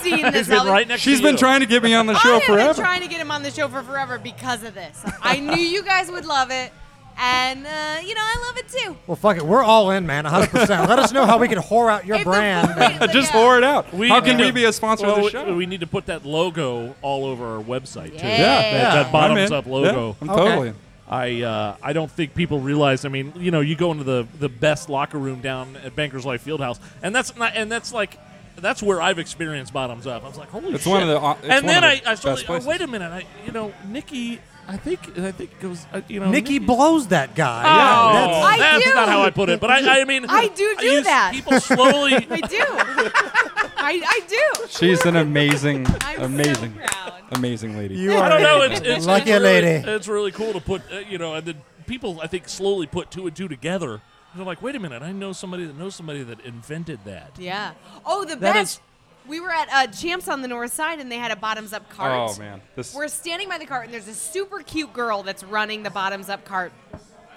Speaker 2: around.
Speaker 4: seen
Speaker 3: He's
Speaker 4: this
Speaker 3: been
Speaker 4: other-
Speaker 3: right next.
Speaker 5: She's
Speaker 3: to
Speaker 5: been
Speaker 3: you.
Speaker 5: trying to get me on the show
Speaker 4: I have
Speaker 5: forever.
Speaker 4: been trying to get him on the show for forever because of this. I knew you guys would love it, and uh, you know I love it too.
Speaker 2: Well, fuck it. We're all in, man. 100. percent Let us know how we can whore out your
Speaker 4: If the
Speaker 2: brand.
Speaker 4: boys-
Speaker 5: Just
Speaker 4: yeah.
Speaker 5: pour it out.
Speaker 3: We
Speaker 5: How can
Speaker 3: need
Speaker 5: we
Speaker 3: to-
Speaker 5: be a sponsor
Speaker 3: well,
Speaker 5: of
Speaker 3: we-
Speaker 5: the show?
Speaker 3: We need to put that logo all over our website too.
Speaker 4: Yeah. Yeah,
Speaker 3: that, that
Speaker 2: I'm
Speaker 5: I'm
Speaker 3: bottoms
Speaker 5: in.
Speaker 3: up logo.
Speaker 5: Yeah, I'm
Speaker 2: Okay.
Speaker 5: totally. in.
Speaker 3: I uh, I don't think people realize. I mean, you know, you go into the the best locker room down at Bankers Life Fieldhouse, and that's not, and that's like. That's where I've experienced bottoms up. I was like, "Holy
Speaker 5: It's
Speaker 3: shit!"
Speaker 5: one of the- uh, it's
Speaker 3: and
Speaker 5: one
Speaker 3: then
Speaker 5: of
Speaker 3: I,
Speaker 5: the
Speaker 3: I started,
Speaker 5: best
Speaker 3: oh,
Speaker 5: places.
Speaker 3: wait a minute, I, you know, Nikki, I think, I think it was, uh, you know,
Speaker 2: Nikki blows that guy.
Speaker 3: Oh,
Speaker 2: Yeah, that's-
Speaker 4: I
Speaker 3: that's
Speaker 4: do.
Speaker 3: not how I put it, but I, I mean,
Speaker 4: I do do
Speaker 3: use
Speaker 4: that.
Speaker 3: People slowly,
Speaker 4: I do. I, I do.
Speaker 5: She's an amazing,
Speaker 4: I'm
Speaker 5: amazing,
Speaker 4: so proud.
Speaker 5: amazing lady.
Speaker 2: you
Speaker 3: I
Speaker 2: are
Speaker 3: don't know. It's, it's
Speaker 2: Lucky
Speaker 3: it's really,
Speaker 2: lady.
Speaker 3: It's really cool to put, uh, you know, and then people I think slowly put two and two together. They're like, wait a minute, I know somebody that knows somebody that invented that.
Speaker 4: Yeah. Oh, the
Speaker 3: That
Speaker 4: best.
Speaker 3: is-
Speaker 4: We were at uh, Champs on the North Side, and they had a bottoms up cart.
Speaker 5: Oh man, this
Speaker 4: We're standing by the cart, and there's a super cute girl that's running the bottoms up cart.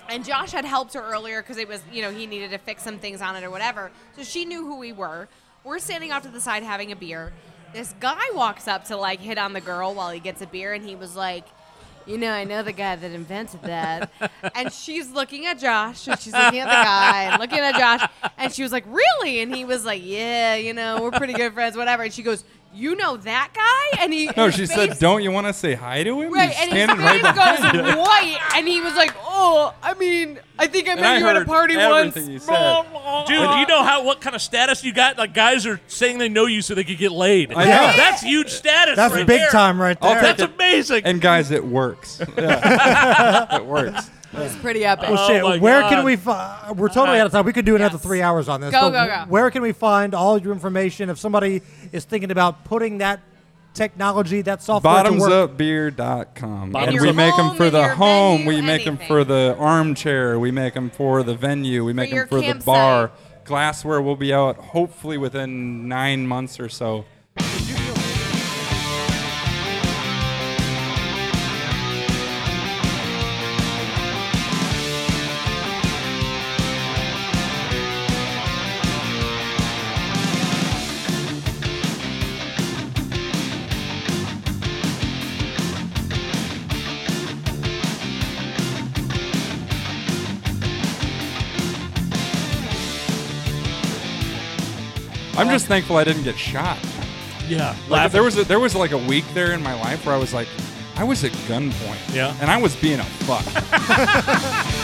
Speaker 4: And Josh had helped her earlier because it was, you know, he needed to fix some things on it or whatever. So she knew who we were. We're standing off to the side having a beer. This guy walks up to like hit on the girl while he gets a beer, and he was like, you know, I know the guy that invented that. and she's looking at Josh, and she's looking at the guy, and looking at Josh, and she was like, "Really?" And he was like, "Yeah, you know, we're pretty good friends, whatever." And she goes, "You know that guy?" And he
Speaker 5: no,
Speaker 4: his
Speaker 5: she
Speaker 4: face-
Speaker 5: said, "Don't you want to say hi to him?"
Speaker 4: Right,
Speaker 5: He's
Speaker 4: and his
Speaker 5: standing right
Speaker 4: face
Speaker 5: behind
Speaker 4: goes white, and he was like, "Oh, I mean, I think I
Speaker 5: and I
Speaker 4: met you at a
Speaker 5: heard
Speaker 4: party once."
Speaker 5: everything you said.
Speaker 3: Dude, do you know how what kind of status you got? Like guys are saying they know you so they could get laid.
Speaker 5: I know.
Speaker 3: That's huge status.
Speaker 2: that's
Speaker 3: right
Speaker 2: big
Speaker 3: there.
Speaker 2: time right
Speaker 5: I'll
Speaker 2: there.
Speaker 5: take
Speaker 3: That's amazing.
Speaker 5: And guys, it works. Yeah. it works.
Speaker 4: It's pretty epic.
Speaker 2: Well, shit,
Speaker 3: Oh, my
Speaker 2: where
Speaker 3: God.
Speaker 2: can we find? We're totally out of time. We could do another
Speaker 4: Yes.
Speaker 2: three hours on this. but
Speaker 4: Go, go,
Speaker 2: wh-
Speaker 4: go.
Speaker 2: Where can we find all your information if somebody is thinking about putting that technology, that software to work?
Speaker 5: Bottomsupbeer.com.
Speaker 3: Bottoms
Speaker 5: and
Speaker 3: up.
Speaker 5: we
Speaker 3: Your
Speaker 5: make them
Speaker 4: home
Speaker 5: for
Speaker 4: and
Speaker 5: the
Speaker 4: your
Speaker 5: home.
Speaker 4: venue,
Speaker 5: we make them
Speaker 4: anything.
Speaker 5: for the armchair. We make them for the venue. We make
Speaker 4: your
Speaker 5: them for the
Speaker 4: campsite.
Speaker 5: bar. Glassware will be out hopefully within nine months or so. I'm just thankful I didn't get shot.
Speaker 3: yeah,
Speaker 5: Like,
Speaker 3: laugh.
Speaker 5: there was a, there was like a week there in my life where I was like, I was at gunpoint.
Speaker 3: Yeah.
Speaker 5: And I was being a fuck.